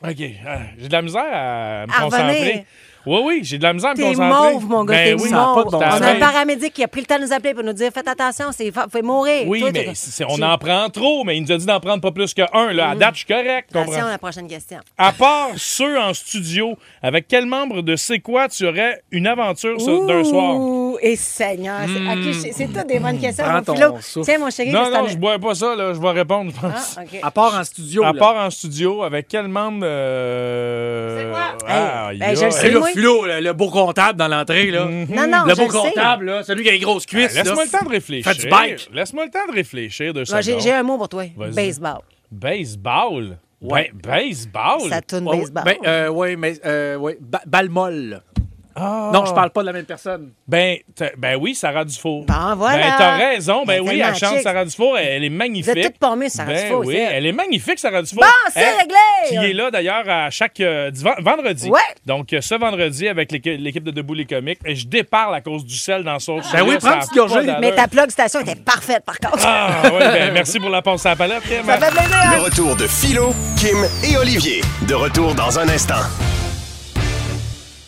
OK. ah, j'ai de la misère à me
À revenir.
concentrer. Oui, oui, j'ai de la misère à me
T'es
concentrer.
mauve, mon gars,
Ben
t'es
oui,
mauve.
de bon
On
t'as
a
sens.
un
raison.
paramédic qui a pris le temps de nous appeler pour nous dire faites attention, c'est fa- vous pouvez mourir.
Oui,
Toi, t'es-
mais c'est- on en prend trop, mais il nous a dit d'en prendre pas plus que un. Là. À date, je suis correct.
Mm. Attention à
Comprends?
la prochaine question.
À part ceux en studio, avec quel membre de C'est quoi tu aurais une aventure sur- d'un soir? Hmm.
Ouh, et Seigneur. c'est- ok, je- C'est toutes des bonnes questions.
Prends
mon
ton
Philo.
souffle.
Tiens, mon chéri,
Non,
c'est un-
non, je bois pas ça, là. je vais répondre, je pense.
Ah, ok.
À part en studio.
À
là.
part en studio, avec quel membre. euh, ah,
Hey, ben, je le
aïe,
sais,
C'est le
moi.
philo, le, le beau comptable dans l'entrée. Là.
Non, non,
le
je
beau
le sais.
comptable, là, celui qui a les grosses cuisses. là.
Ben, Laisse-moi le temps de réfléchir.
Fais du bike.
Laisse-moi le temps de réfléchir de
Bon,
ça.
J'ai j'ai un mot pour toi.
Vas-y.
Baseball.
Baseball?
Ouais.
Ben, baseball?
Ça tourne
Oh, Ouais,
ben, euh,
baseball.
Ben, euh, ouais, mais euh, ouais, ba- balle molle.
Ah.
Non, je parle pas de la même personne.
Ben, t'as- ben oui, Sarah Dufour. Ben
voilà.
Ben t'as raison. Ben
Elle est
oui, elle
tellement
chante
chic.
Sarah Dufour. Elle, elle est magnifique.
Vous êtes toutes pommées, Sarah
ben
Dufour,
Oui,
c'est elle.
elle est magnifique, Sarah Dufour. Hein?
Bon, c'est réglé!
Qui est là d'ailleurs à chaque euh, divan- vendredi.
Ouais.
Donc euh, ce vendredi avec l'équi- l'équipe de Debout les comiques. Et je déparle à cause du sel dans son
Ben oui, prends une petite gorgée. Mais ta plug station était parfaite, par contre.
Ah oui, ben merci pour la passe à la palette. Kim.
Ça fait plaisir.
Le retour de Philo, Kim et Olivier. De retour dans un instant.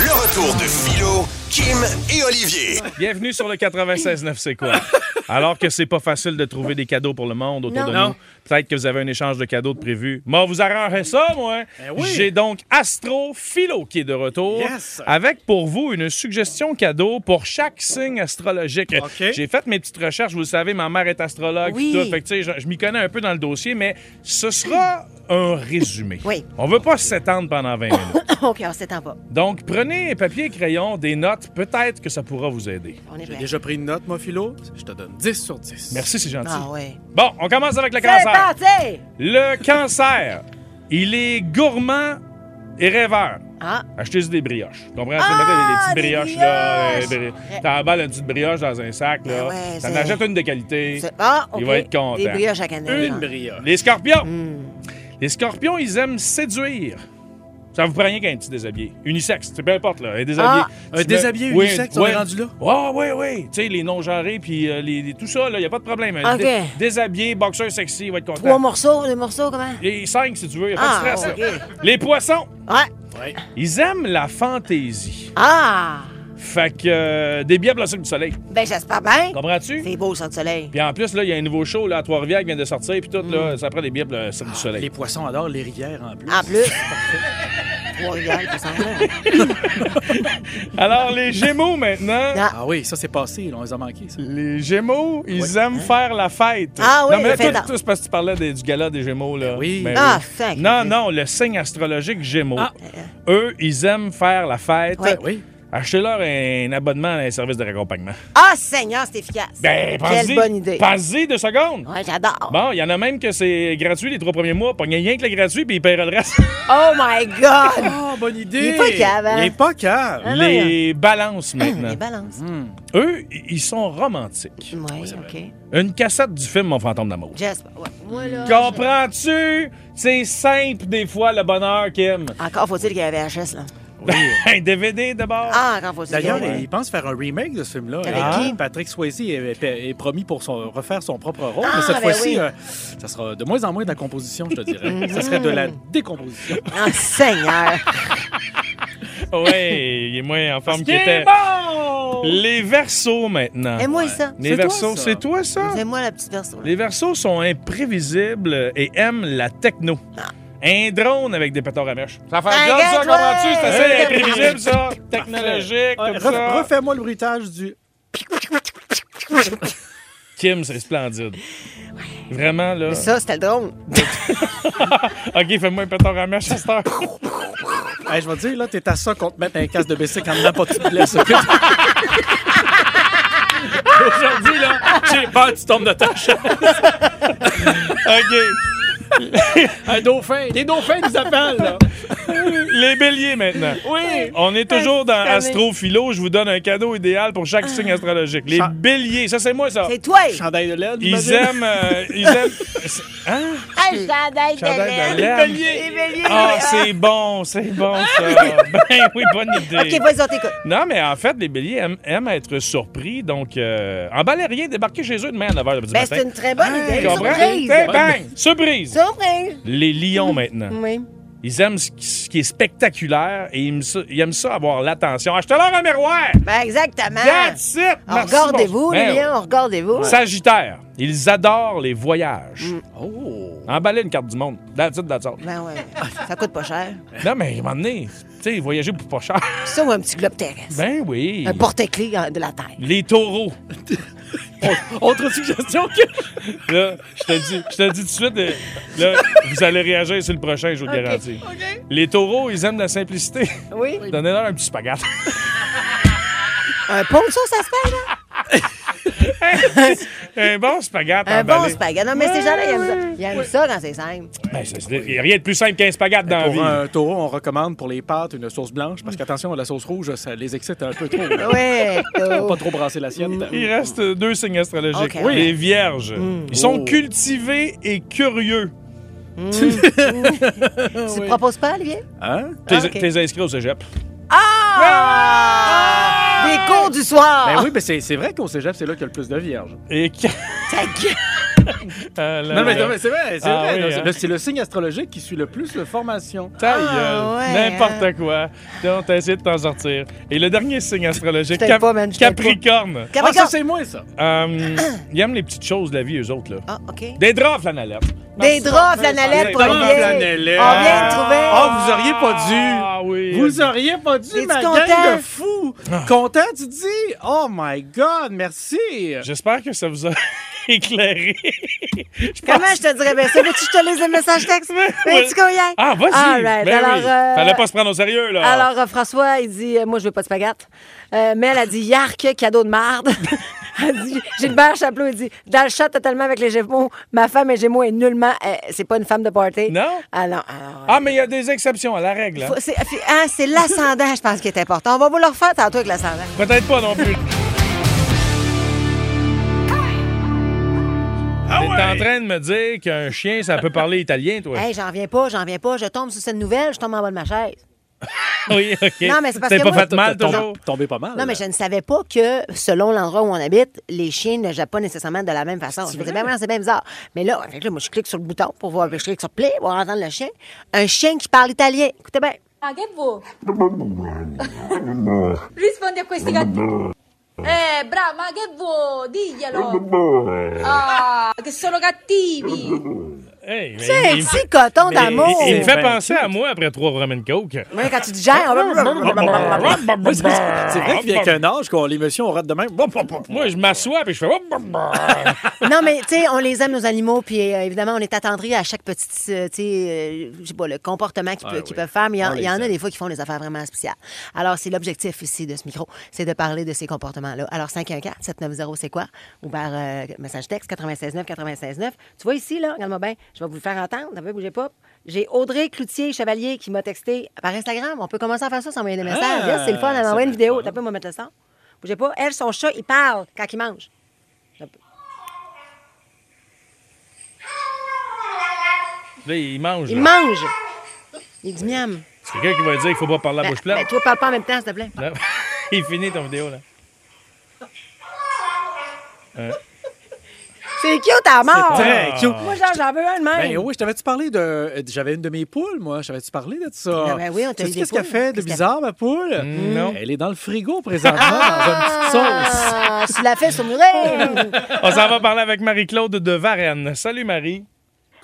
Le retour de Philo, Kim et Olivier.
Bienvenue sur le 96.9, c'est quoi? Alors que c'est pas facile de trouver des cadeaux pour le monde autour
Non.
de
Non.
nous. Peut-être que vous avez un échange de cadeaux de prévu. Moi, vous arrangez ça, moi. hein?
Ben oui.
J'ai donc Astro Philo qui est de retour.
Yes.
Avec pour vous une suggestion cadeau pour chaque signe astrologique. J'ai fait mes petites recherches. Vous le savez, ma mère est astrologue.
Oui.
puis tout. Fait que, tu sais, je je m'y connais un peu dans le dossier, mais ce sera un résumé.
Oui.
On veut pas s'étendre pendant 20 minutes.
OK, on s'étend pas.
Donc, prenez papier et crayon, des notes. Peut-être que ça pourra vous aider.
On est
J'ai déjà pris une note, moi, Philo. Je te donne 10 sur 10.
Merci, c'est gentil.
Ah ouais.
Bon, on commence avec le
C'est
cancer.
parti!
Le cancer, il est gourmand et rêveur.
Ah.
Achetez-y des brioches. Tu comprends?
Ah,
Tu mets des petites brioches, là. euh, bri- T'en emballes une petite brioche dans un sac, là.
ouais,
T'en
c'est-
achètes une de qualité.
C'est- ah,
Il
ok.
va être content.
Des brioches à cannelle, Une hein.
brioche.
Les scorpions. Les scorpions, ils aiment séduire. Ça vous prend rien qu'un petit déshabillé. Unisexe, c'est peu importe, là. Un déshabillé.
Ah, un
Tu
déshabillé
Oui,
unisexe,
oui.
on est rendu là?
Ouais, ouais, ouais. Tu sais, les non-genrés, puis euh, les, les- tout ça, là, y a pas de problème. Un
Ok.
dé- Déshabillé, boxeur sexy, il va être content.
Trois morceaux, deux morceaux, comment?
Et cinq, si tu veux, y a pas
Ah,
de stress.
ok.
là. Les poissons,
Ouais.
ils aiment la fantaisie.
Ah!
Fait que euh, des bières blossoms du soleil.
Ben, j'espère bien.
Comprends-tu?
C'est beau, ça, de soleil.
Puis en plus, là, il y a un nouveau show là, à Trois-Rivières qui vient de sortir, puis tout, là, ça prend des bières blossoms du soleil.
Les poissons adorent les rivières en plus.
En plus. Trois rivières, tout ça.
Euh, Alors, les Gémeaux maintenant.
Ah oui, ça c'est passé, là, on les a manqués. Ça.
Les Gémeaux, ils aiment faire la fête.
Ah
non,
oui,
mais
la
là,
fête
toi,
en-
toi, c'est parce que tu parlais des- du gala des Gémeaux, là. Ben oui.
Ah,
Non, non, le signe astrologique Gémeaux.
Ah.
Eux, ils aiment faire la fête.
Ouais.
Oui.
Achetez-leur un abonnement à un service de raccompagnement.
Ah, Seigneur, c'est efficace.
Ben,
Quelle
pensez-
bonne idée.
Pensez deux secondes.
Ouais, j'adore.
Bon, il y en a même que c'est gratuit les trois premiers mois. Pognez rien que le gratuit, puis ils paieraient le reste.
Oh my God!
Oh, bonne idée!
Il est pas cave, hein?
Il est
pas cave.
Ah,
les balances maintenant.
Les balances.
Hmm. Eux, i- ils sont romantiques.
Oui, OK.
Une cassette du film Mon fantôme d'amour.
J'espère. Ouais. Moi, là.
Comprends-tu? C'est simple des fois le bonheur, Kim.
Encore faut-il qu'il y avait VHS, là.
un DVD d'abord.
Ah, encore faut-il.
D'ailleurs,
qu'il y ait-
il pense faire un remake de ce film-là.
Avec
Ah.
qui?
Patrick Swayze est, est promis pour son- refaire son propre rôle,
Ah,
mais cette
ben
fois-ci,
oui. Mhm.
euh, ça sera de moins en moins de la composition, je te dirais. ça serait de la décomposition.
Ah, Seigneur!
Oui, il est moins en forme qu'il
qu'il
était.
est bon!
Les versos maintenant.
Et moi, ça.
Les
C'est toi,
versos,
ça?
c'est toi, ça?
C'est moi, la petite verso. là.
Les versos sont imprévisibles et aiment la techno.
Ah.
Un drone avec des pétards à mèche. Ça fait un job, ça,
Regarde,
comprends-tu? C'est
ouais!
assez imprévisible, ça. Technologique,
Ouais,
comme
ref-
ça.
Refais-moi le bruitage du.
Kim, c'est splendide. Vraiment, là.
Mais ça, c'était le drone.
OK, fais-moi un pétard à mèche à cette heure.
Hey, je vais te dire, là, t'es à ça qu'on te mette un casque de bicycle quand dedans, pas que tu te blesses. ok?
Aujourd'hui, là, j'ai peur que tu tombes de ta chaise. OK.
un dauphin. Des dauphins nous appellent, là.
Les béliers maintenant.
Oui.
On est toujours dans
Cette année.
Astrophilo. Je vous donne un cadeau idéal pour chaque signe astrologique. Les
Chan-
béliers, ça c'est moi ça.
Ah. C'est toi!
Chandail de LED,
Ils
j'imagine.
aiment. euh, ils aiment. Hein?
Ah, le chandail de
Chandail de
laine.
laine.
Les béliers.
Ah, c'est bon, c'est bon ça. Ben oui, bonne idée.
Ah, OK, vas-y, on t'écoute.
Non, mais en fait, les béliers aiment, aiment être surpris. Donc, euh, emballez rien, débarquez chez eux demain à 9h du
Ben,
matin.
c'est une très bonne idée.
Tu comprends?
Surprise.
Bang, bang, surprise.
Surprise! Mm.
Les lions maintenant.
Oui.
Ils aiment ce qui, ce qui est spectaculaire et ils aiment ça, ils aiment ça avoir l'attention. Achetez-leur un miroir!
Ben, exactement.
That's it!
On
Merci, Ben
regardez-vous,
bonsoir.
les
Ben
lions, on regardez-vous.
Sagittaire, ils adorent les voyages.
Oh!
Emballer une carte du monde. That's it, that's all.
Ben Mm. ouais, ça coûte pas cher.
Non, mais à un moment donné, tu sais, voyager pour pas cher.
Ça ou un petit globe terrestre.
Ben oui.
Un porte-clés euh, de la Terre.
Les taureaux. Autre suggestion que. Là, je te dis, je te le dis tout de suite, euh, là, vous allez réagir sur le prochain, je vous le
Ok,
garantis.
ok.
Les taureaux, ils aiment la simplicité.
Oui.
Donnez-leur un petit spaghette.
Un pont de sauce à spag, là?
un bon spaghette.
Un bon
emballé.
spag. Non, mais ces gens-là, ils aiment ça. Ils aiment
Ouais.
ça quand c'est simple.
Ben, ça, c'est- Il n'y a rien de plus simple qu'un spaghette dans la
Pour
vie.
un taureau, on recommande pour les pâtes une sauce blanche parce qu'attention, la sauce rouge, ça les excite un peu trop. là.
Ouais,
Oh,
Faut
taureau.
pas trop brasser l'assiette.
Il reste deux signes astrologiques.
Ok. Oui.
Les vierges.
Mm.
Ils sont
Oh.
cultivés et curieux.
Tu te proposes pas, Olivier?
Hein? T'es
Ah, ok.
t'es inscrit au cégep.
Ah! Des cours du soir!
Ben oui, mais c'est c'est vrai qu'au cégep, c'est là qu'il y a le plus de vierges.
Et que- Euh, là,
non, mais,
là.
non, mais c'est vrai, c'est
Ah
vrai.
oui,
là,
hein.
c'est- le- C'est le signe astrologique qui suit le plus de formation.
Ta
Ah,
gueule. N'importe quoi. Donc, t'as essayé de t'en sortir. Et le dernier signe astrologique, Cap- Capricorne.
Ah, ça, c'est moi, ça.
Euh, ils aiment les petites choses de la vie, eux autres. Là.
Ah, OK.
Des draps, flanalette.
Des draps, flanellettes pour
Exactement,
Olivier.
flanellette.
On vient de trouver.
Ah, vous auriez pas dû.
Ah oui.
Vous auriez pas dû,
Es-tu
ma
content?
gang de fous. Content, tu dis? Oh my God, merci.
J'espère que ça vous a éclairé.
Comment je te dirais bien ça? Veux-tu que je te lise le message texte? Ben, Veux-tu qu'on y aille?
Ah, vas-y.
All right.
Ben
alors,
oui.
euh,
Fallait pas se prendre au sérieux, là.
alors, euh, François, il dit euh, Moi, je veux pas de spaghettes. Euh, Mel a dit Yark, cadeau de marde. Elle dit Gilbert Chaplot, il dit Dans le chat, totalement avec les Gémeaux, ma femme est Gémeaux et nullement, euh, c'est pas une femme de party.
Non?
Ah, non. Alors,
Ah, mais il y a des exceptions à la règle. hein.
faut- c'est hein, c'est l'ascendant, je pense, qui est important. On va vous le refaire tantôt avec l'ascendant.
Peut-être pas non plus. T'es en train de me dire qu'un chien, ça peut parler italien, toi?
Hey, j'en reviens pas, j'en reviens pas. Je tombe sur cette nouvelle, je tombe en bas de ma chaise.
Oui, OK.
Non, mais c'est parce
T'es
que
pas
moi-
fait mal,
T'as tombé-
toujours?
Tombé pas mal.
Non, mais je ne savais pas que, selon l'endroit où on habite, les chiens ne jappent pas nécessairement de la même façon. Je me disais, ben voyons, c'est bien bizarre. Mais là, fait que là, moi, je clique sur le bouton pour voir, je clique sur play pour entendre le chien. Un chien qui parle italien. Écoutez bien.
vous Rispondi a questi gattini. Eh, bravo, ma che vuoi? Diglielo. Ah, che sono cattivi.
Hey, mais
C'est un
il-
petit coton
il-
d'amour.
Il, il me
Ben,
fait penser à moi après trois Roman Coke.
Ouais, quand tu digères, on va.
Moi, c'est c'est vrai qu'il y a qu'un âge qu'on les messieurs, on rate de même.
Moi, je m'assois puis je fais.
non, mais tu sais, on les aime, nos animaux, puis euh, évidemment, on est attendri à chaque petit, euh, tu sais, euh, je sais pas, le comportement qu'ils
Ah
peut-
oui.
qu'ils peuvent faire, mais il y en-
On les
il y, en a
aime.
des fois qui font des affaires vraiment spéciales. Alors, c'est l'objectif ici de ce micro, c'est de parler de ces comportements-là. Alors, 514-790, c'est quoi? Ou par euh, message texte 969 969. Tu vois ici, là, regarde-moi bien, je vais vous le faire entendre, ne bougez pas. J'ai Audrey Cloutier-Chevalier qui m'a texté par Instagram. On peut commencer à faire ça, s'envoyer des messages.
Ah,
Yes, c'est le fun, elle
ça
m'a envoyé une
peut être
vidéo. T'as pas, moi, mettre le son. Bougez pas. Elle, son chat, il parle quand il mange.
Là, il mange.
Il
là.
mange. Il dit miam.
C'est quelqu'un qui va dire qu'il faut pas parler à
Ben,
bouche pleine.
ben, toi, parle pas en même temps, s'il te plaît.
Là, il finit ton vidéo, là. Euh,
C'est cute à mort.
C'est
Ah.
très cute.
Moi, j'en j'en veux un de même.
Ben oui, je t'avais-tu parlé de. euh, J'avais une de mes poules, moi. Je t'avais-tu parlé de ça?
Ben, ben oui, on t'a
Sais-tu
eu des
Qu'est-ce qu'elle
poules.
fait de
Qu'est-ce qu'elle-
bizarre, ma poule?
Mm, non.
Elle est dans le frigo présentement, dans une petite sauce.
Ah, tu l'as fait sur Murray.
On s'en va parler avec Marie-Claude de Varennes. Salut, Marie.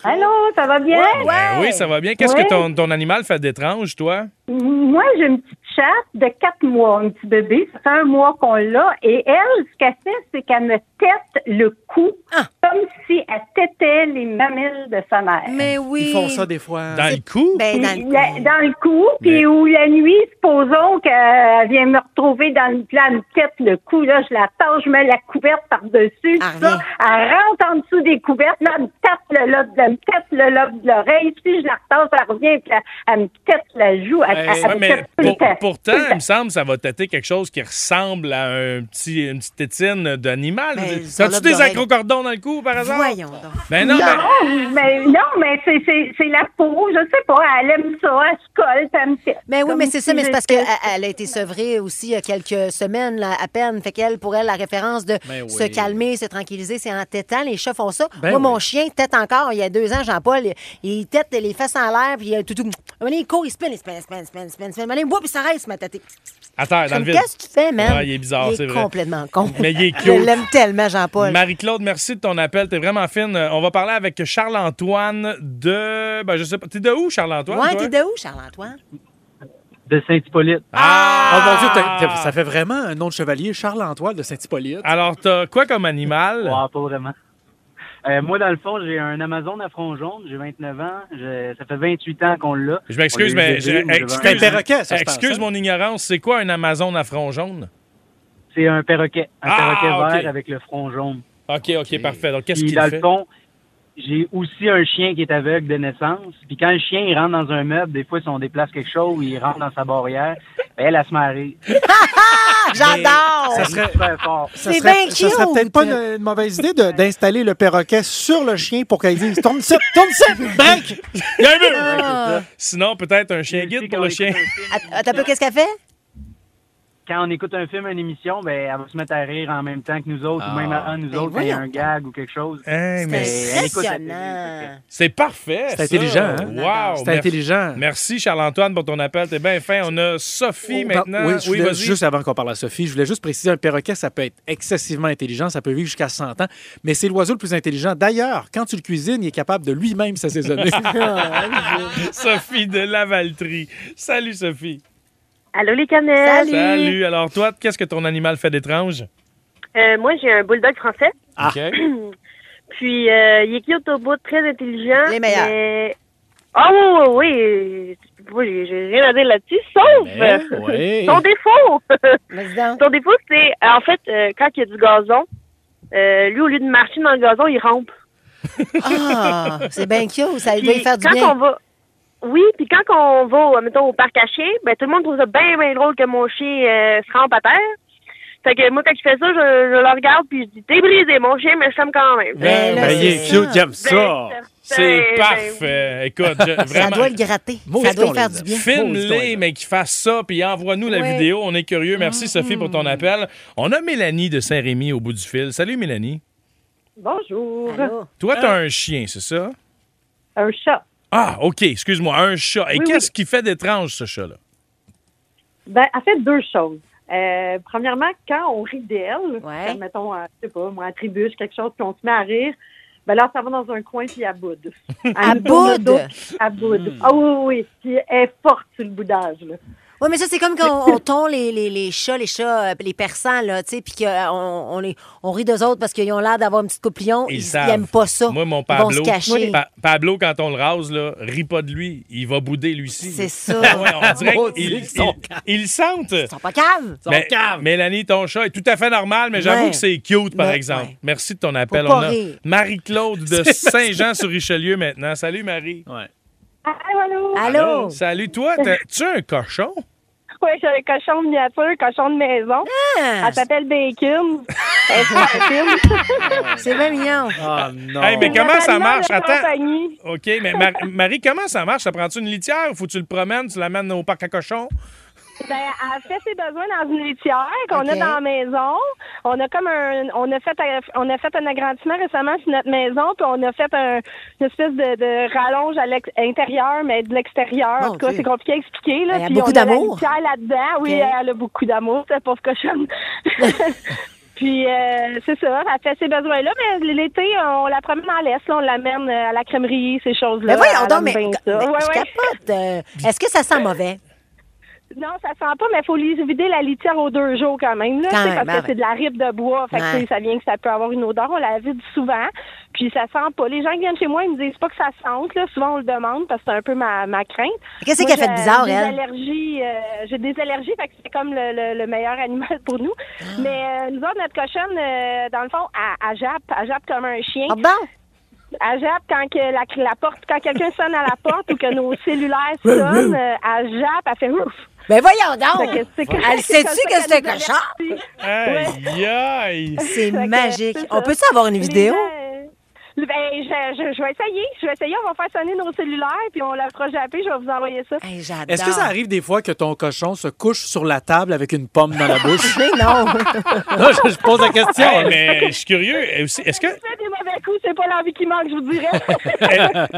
Allô, ça va bien?
Ben oui, ça va bien. Qu'est-ce
Ouais.
que ton, ton animal fait d'étrange, toi?
Moi, j'ai une petite chatte de quatre mois, un petit bébé. Ça fait un mois qu'on l'a. Et elle, ce qu'elle fait, c'est qu'elle me tête le cou
Ah.
comme si elle têtait les mamelles de sa mère.
Mais oui.
Ils font ça des fois.
Dans le cou?
Ben,
dans le cou. puis où la nuit, supposons qu'elle vient me retrouver dans le plan elle me tête le cou, là, je la tâche, je mets la couverte par-dessus,
Ah,
tout ça. Elle rentre en dessous des couvertes, là, elle me tape le lobe, de- elle me tape le lobe de l'oreille, puis je la retâche, elle revient, puis elle, elle me tête la joue, elle, elle- elle
Ben, Ouais,
me
mais
tête tout le
pour-
temps.
pourtant, il me semble que ça va têter quelque chose qui ressemble à un petit, une petite tétine d'animal.
son
As-tu
lobe
des
d'oreille.
acrocordons dans le cou,
Ah,
par hasard?
Ben, Voyons donc.
Ben non, ben-
mais non, mais c'est- c'est c'est la peau, je sais pas, elle aime ça, elle se colle, puis elle me tête.
Ben oui,
Comme
mais c'est ça,
si
mais c'est parce
j'étais-
qu'elle a été sevrée aussi il y a quelques semaines là, à peine. Fait qu'elle, pour elle, la référence de
Ben oui.
se calmer, se tranquilliser, c'est en tétant. Les chats font ça.
Ben
Moi,
oui.
mon chien tête encore. Il y a deux ans, Jean-Paul, il- il tête les fesses en l'air, puis il tout, tout. Un moment donné, Il court, il spin, il spin, il spin, il spin, il spin, il spin. Un moment donné, whoop, il s'arrête, il se met à têter.
À terre, Ah, dans
Comme,
le vide.
Qu'est-ce que tu fais, man?
Ouais, il est bizarre,
Il
c'est
est
vrai.
complètement con.
Mais il est cute.
Je l'aime tellement, Jean-Paul.
Marie-Claude, merci de ton appel. T'es vraiment fine. Euh, On va parler avec Charles-Antoine de. Ben, je sais pas. T'es de où, Charles-Antoine?
Ouais,
toi?
t'es de où, Charles-Antoine?
De Saint-Hippolyte. Ah! Oh mon Dieu, t'as- t'as- ça fait vraiment un nom de chevalier, Charles-Antoine de Saint-Hippolyte.
Ah!
Alors, t'as quoi comme animal?
Ah, pas vraiment. Euh, moi, dans le fond, j'ai un Amazon à front jaune. J'ai 29 ans. Je- Ça fait 28 ans qu'on l'a.
Je m'excuse, mais. j'ai- excuse- Excuse
hein?
Excuse-moi.
mon ignorance. C'est quoi un Amazon à front jaune?
C'est un perroquet. Un
Ah,
perroquet
ok.
vert avec le front jaune.
OK, OK, parfait. Donc, qu'est-ce
Puis,
qu'il
dans
fait?
le fond, j'ai aussi un chien qui est aveugle de naissance. Puis quand le chien il rentre dans un meuble, des fois, si on déplace quelque chose, il rentre dans sa barrière, ben, elle, elle se marie.
Ah,
J'adore!
Ça serait-
Très fort.
Ça serait- Ça serait peut-être pas une, une mauvaise idée de- d'installer le perroquet sur le chien pour qu'il dise tourne ça, tourne ça, break!
Il y a un mur!
Ah.
Sinon, peut-être un chien guide pour le chien.
Attends un peu, qu'est-ce qu'elle fait?
Quand on écoute un film, une émission, ben, elle va se mettre à rire en même temps que nous autres,
Ah. Hein?
ou même avant nous
Ben
autres, quand il y a un
voyons.
gag ou quelque chose.
Hey, mais- C'est
elle écoute la télé.
Impressionnant.
C'est parfait.
C'est
ça.
intelligent,
Wow.
hein? C'est
Oh, merci-
intelligent.
Merci, Charles-Antoine, pour ton appel. T'es bien fin. On a Sophie
Oh, par-
maintenant.
Oui, je voulais-
vas-y.
juste avant qu'on parle à Sophie, je voulais juste préciser un perroquet, ça peut être excessivement intelligent, ça peut vivre jusqu'à 100 ans, mais c'est l'oiseau le plus intelligent. D'ailleurs, quand tu le cuisines, il est capable de lui-même s'assaisonner. Ben
Sophie de Lavaltrie. Salut, Sophie.
Allô les cannelles!
Salut. Alors, toi, qu'est-ce que ton animal fait d'étrange?
Euh, moi, j'ai un bulldog français.
OK.
Puis, euh, il est cute au bout, très intelligent. Les
meilleurs.
Mais... Ah oui, oui, oui. Moi, j'ai j'ai rien à dire là-dessus, sauf
Mais, oui.
Ben,
son défaut.
Vas-y donc.
son défaut, c'est, en fait, euh, quand il y a du gazon, euh, lui, au lieu de marcher dans le gazon, il rampe.
Ah, c'est bien cute. Ça
Puis
doit lui faire du
quand
bien.
on va- Oui, puis quand on va, euh, mettons, au parc à chiens, ben, tout le monde trouve ça bien, bien drôle que mon chien euh, se rampe à terre. Fait que moi, quand je fais ça, je, je le regarde puis je dis « T'es brisé, mon chien, mais je t'aime quand même.
Ben, ben, il est cute, il aime ça.
euh,
C'est
ben,
parfait. Écoute, je-
Ça
Ah, vraiment.
doit le gratter. ça doit lui faire du bien.
Filme-les, mais qu'ils fassent ça, puis envoie-nous la
Ouais. Ah, hum.
vidéo. On est curieux. Merci, Sophie, pour ton appel. On a Mélanie de Saint-Rémy au bout du fil. Salut, Mélanie.
Bonjour.
Toi, t'as un chien, c'est ça?
Ah. Un chat.
Ah, OK, excuse-moi, un chat. Et
Oui,
qu'est-ce qui fait d'étrange, ce chat-là?
Ben, elle fait deux choses. Euh, premièrement, quand on rit d'elle, quand, mettons, euh, je sais pas, moi, elle trébuche, quelque chose, puis on se met à rire, ben là, ça va dans un coin, puis elle boude. Elle
Elle
nous tourne le
boude?
dos, puis Elle boude. Ah oui, oui, oui. Puis elle est forte sur le boudage, là.
Oui, mais ça, c'est comme quand on, on tond les, les, les chats, les chats, euh, les persans, là, tu sais, puis qu'on on, les- on rit d'eux autres parce qu'ils ont l'air d'avoir une petite couplion. Ils, ils
savent.
aiment pas ça.
Moi, mon
Ils vont
Pablo,
se cacher.
Pa- Pablo, quand on le rase, là, rit pas de lui. Il va bouder, lui-ci.
C'est ça.
Ouais, on dirait
Maudit
qu'il-
qu'ils sont
il- ils le sentent. Ils
sont pas caves.
Mais- Mélanie, ton chat est tout à fait normal, mais j'avoue
Ouais.
que c'est cute, par
Ouais,
exemple. Merci de ton appel.
Faut pas
On a
rire.
Marie-Claude de
C'est-
Saint-Jean-sur-Richelieu maintenant. Salut, Marie.
Allô, allô?
Oh.
Salut, toi, t'as- tu as un cochon?
Oui, j'ai un cochon de miniature, cochon de maison.
Ah!
Elle s'appelle Bacon.
C'est bien mignon.
Ah non.
Hey, mais comment ça marche?
animal de
Attends.
compagnie.
OK, mais Mar- Marie, comment ça marche? Ça prend-tu une litière ou faut que tu le promènes, tu l'amènes au parc à cochons?
Ben, elle fait ses besoins dans une litière qu'on
Ok.
a dans la maison. On a comme un, on a fait, on a fait un agrandissement récemment sur notre maison, puis on a fait un, une espèce de, de rallonge à l'ex- intérieur, mais de l'extérieur. en
Mon
tout cas,
Dieu.
c'est compliqué à expliquer là.
Elle a
Puis
beaucoup
on la
d'amour.
litière là-dedans. Oui,
Ok.
elle a beaucoup d'amour, cette pauvre cochonne. Puis euh, c'est ça, elle fait ses besoins-là, mais l'été, on la promène en laisse, là, on l'amène euh, à la crèmerie, ces
Mais
choses-là.
Ben voyons
Elle
donc,
aime
mais,
bien
mais
ça. Ouais,
je
ouais.
capote. euh, Est-ce que ça sent mauvais?
Non, ça sent pas, mais il faut lui vider la litière aux deux jours quand même. Là,
Quand
tu sais,
même,
parce
ah
que
ouais.
c'est de la rive de bois. Fait que, tu
Ouais.
sais, ça vient que ça peut avoir une odeur. On la vide souvent. Puis ça sent pas. Les gens qui viennent chez moi, ils me disent pas que ça sente. Là. Souvent, on le demande parce que c'est un peu ma, ma crainte.
Qu'est-ce
Moi,
qu'elle fait de
j'ai-
bizarre,
j'ai des
elle?
allergies, euh, J'ai des allergies, fait que c'est comme le, le- le meilleur animal pour nous.
Ah.
Mais euh, nous autres, notre cochonne, euh, dans le fond, elle, elle jappe. Elle jappe comme un chien.
Ah bon?
Elle jappe quand que la, la porte, quand quelqu'un sonne à la porte ou que nos cellulaires sonnent, euh, elle jappe, elle fait ouf.
Ben voyons donc!
Fait que c'est correct.
Ah. Elle sait-tu que c'est un
Parce
cochon?
que nous
Aïe, aïe.
C'est
Fait que,
magique.
c'est
On
ça.
peut-tu avoir une
Les
vidéo?
gens, euh, Ben, je, je- je vais essayer. Je vais essayer. On va faire sonner nos cellulaires, puis on la fera japper. Je vais vous envoyer ça.
Est-ce que ça arrive des fois que ton cochon se couche sur la table avec une pomme dans la bouche?
non!
Non, je, je pose la question.
Hey, mais je Oh, suis curieux. euh, aussi, Est-ce que
Je fais des mauvais
coup, c'est pas l'envie qui manque, je vous dirais.
Eh,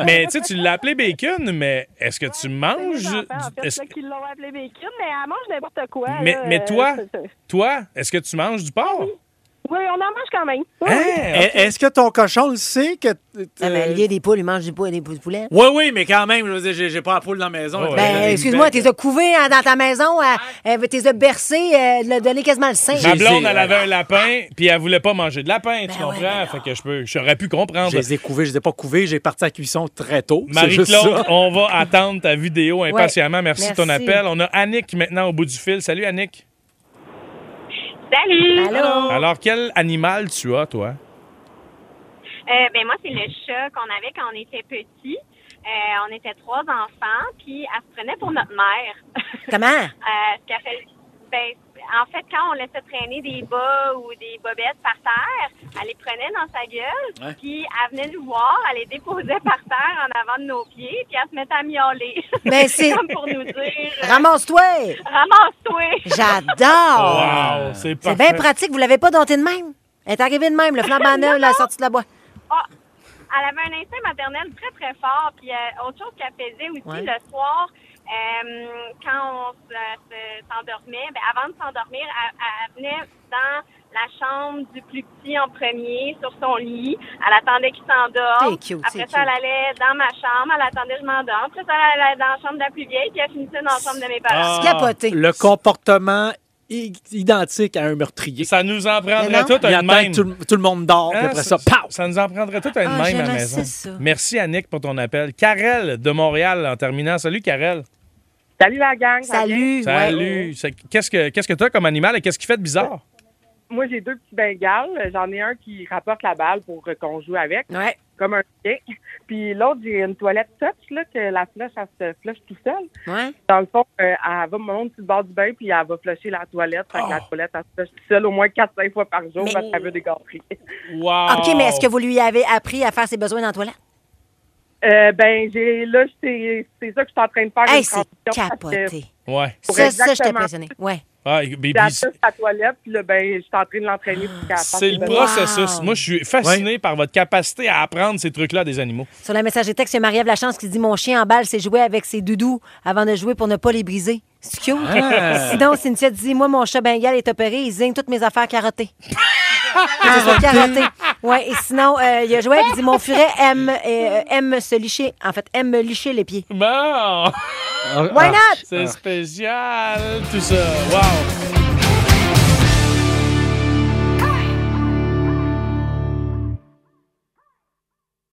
mais tu sais, tu l'as appelé bacon, mais est-ce que tu manges.
Mes enfants, en
du-
fait,
Oh, est-ce-
là, qui l'ont appelé bacon, mais elle mange n'importe quoi.
mais,
là,
mais
euh,
toi,
c'est ça.
toi, est-ce que tu manges du porc? Hein?
Oui, on en mange quand même. Oui,
Est- Est-ce que ton cochon le sait que.
Non, Ah,
euh,
mais lier des poules, ben, il mange des poules, des poules- poulets.
Oui, oui, mais quand même, je veux dire, j'ai- j'ai pas la poule dans la maison.
Ben, excuse-moi, t'es couvés hein, dans ta maison, hein, euh, t'es bercé, euh, de donner quasiment le sein.
Ma blonde, elle avait un lapin, puis elle voulait pas manger de lapin, tu
Ben
comprends? fait que je peux, j'aurais pu comprendre.
Je les ai couvés, je les ai pas couvés, j'ai parti à cuisson très tôt. c'est juste
Marie-Claude,
ça.
on va attendre ta vidéo
Ouais.
impatiemment. Merci, de ton
Merci.
appel. On a Annick maintenant au bout du fil. Salut, Annick.
Salut! Allô!
Alors, quel animal tu as, toi?
Euh, ben moi, c'est le chat qu'on avait quand on était petits. Euh, on était trois enfants, puis elle se prenait pour notre mère.
Comment?
Euh, ce qu'elle fait- ben, en fait, quand on laissait traîner des bas ou des bobettes par terre, elle les prenait dans sa gueule,
Hein?
Ouais.
puis elle venait nous voir, elle les déposait par terre en avant de nos pieds, puis elle se mettait à miauler.
Mais c'est-
Comme pour nous dire...
Ramasse-toi!
Ramasse-toi!
J'adore!
Wow, c'est
C'est
parfait.
bien pratique, vous l'avez pas dompté de même. Elle est arrivée de même, le flambeau en neuf, la sortie de la boîte.
elle avait un instinct maternel très, très fort. Puis euh, autre chose qu'elle faisait aussi
Ouais.
le soir, euh, quand on se- se- s'endormait, ben, avant de s'endormir, elle, elle venait dans la chambre du plus petit en premier, sur son lit. Elle attendait qu'il s'endorme.
C'est cute,
Après
c'est cute.
ça, elle allait dans ma chambre. Elle attendait que je m'endorme. Après ça, elle allait dans la chambre de la plus vieille. Puis elle finissait dans la chambre de mes
Ah.
Ah.
parents.
Le comportement i- identique à un meurtrier.
Ça nous en
prendrait
tout un
Il
de
attend
même.
que tout, le- tout le monde dort, puis
Hein,
après
ça-
ça, pow!
Ça nous en prendrait tout un de
Ah,
même à la
j'aimerais
maison.
ça, ça.
Merci, Annick, pour ton appel. Karel de Montréal, en terminant. Salut, Karel.
Salut la gang. ça va bien?
Salut. C'est- Qu'est-ce que qu'est-ce que t'as comme animal et qu'est-ce qui fait de bizarre?
Moi, j'ai deux petits bengales. J'en ai un qui rapporte la balle pour euh, qu'on joue avec, comme un chien. Puis l'autre, j'ai une toilette touch, là, que la flush, elle se flush tout seule. Dans le fond, euh, elle va me monter sur le bord du bain, puis elle va flusher la toilette. Fait que
Oh.
la toilette, elle se flush toute seule au moins 4-5 fois par jour parce qu'elle veut des gâteries.
Wow!
Ah.
OK, mais est-ce que vous lui avez appris à faire ses besoins dans la toilette?
Euh, ben, j'ai, là, c'est c'est ça que je suis en train de faire.
Hey,
une
c'est
transition parce que-
capoté.
Ouais.
Pour
Ça, ça, je
exactement-
t'ai impressionné. Ouais.
Ah, et-
Puis
puis-
elle
puis-
flush la toilette, puis là, ben, je suis en train de l'entraîner. pour qu'elle fasse
c'est
ses
le
besoins.
processus. Moi, je suis fasciné par votre capacité à apprendre ces trucs-là des animaux.
Sur la messagerie texte, c'est Marie-Ève Lachance qui dit Mon chien emballe ses jouets avec ses doudous avant de jouer pour ne pas les briser. C'est cute.
Ah.
Sinon, Cynthia dit Moi, mon chat bengal est opéré, il zigne toutes mes affaires carottées. Que ce soit
Carotté.
carotté. Ouais, et sinon, euh, il y a Joël qui dit Mon furet aime, euh, aime se licher. En fait, aime me licher les pieds.
Bon!
Why not?
C'est spécial, tout ça. Wow!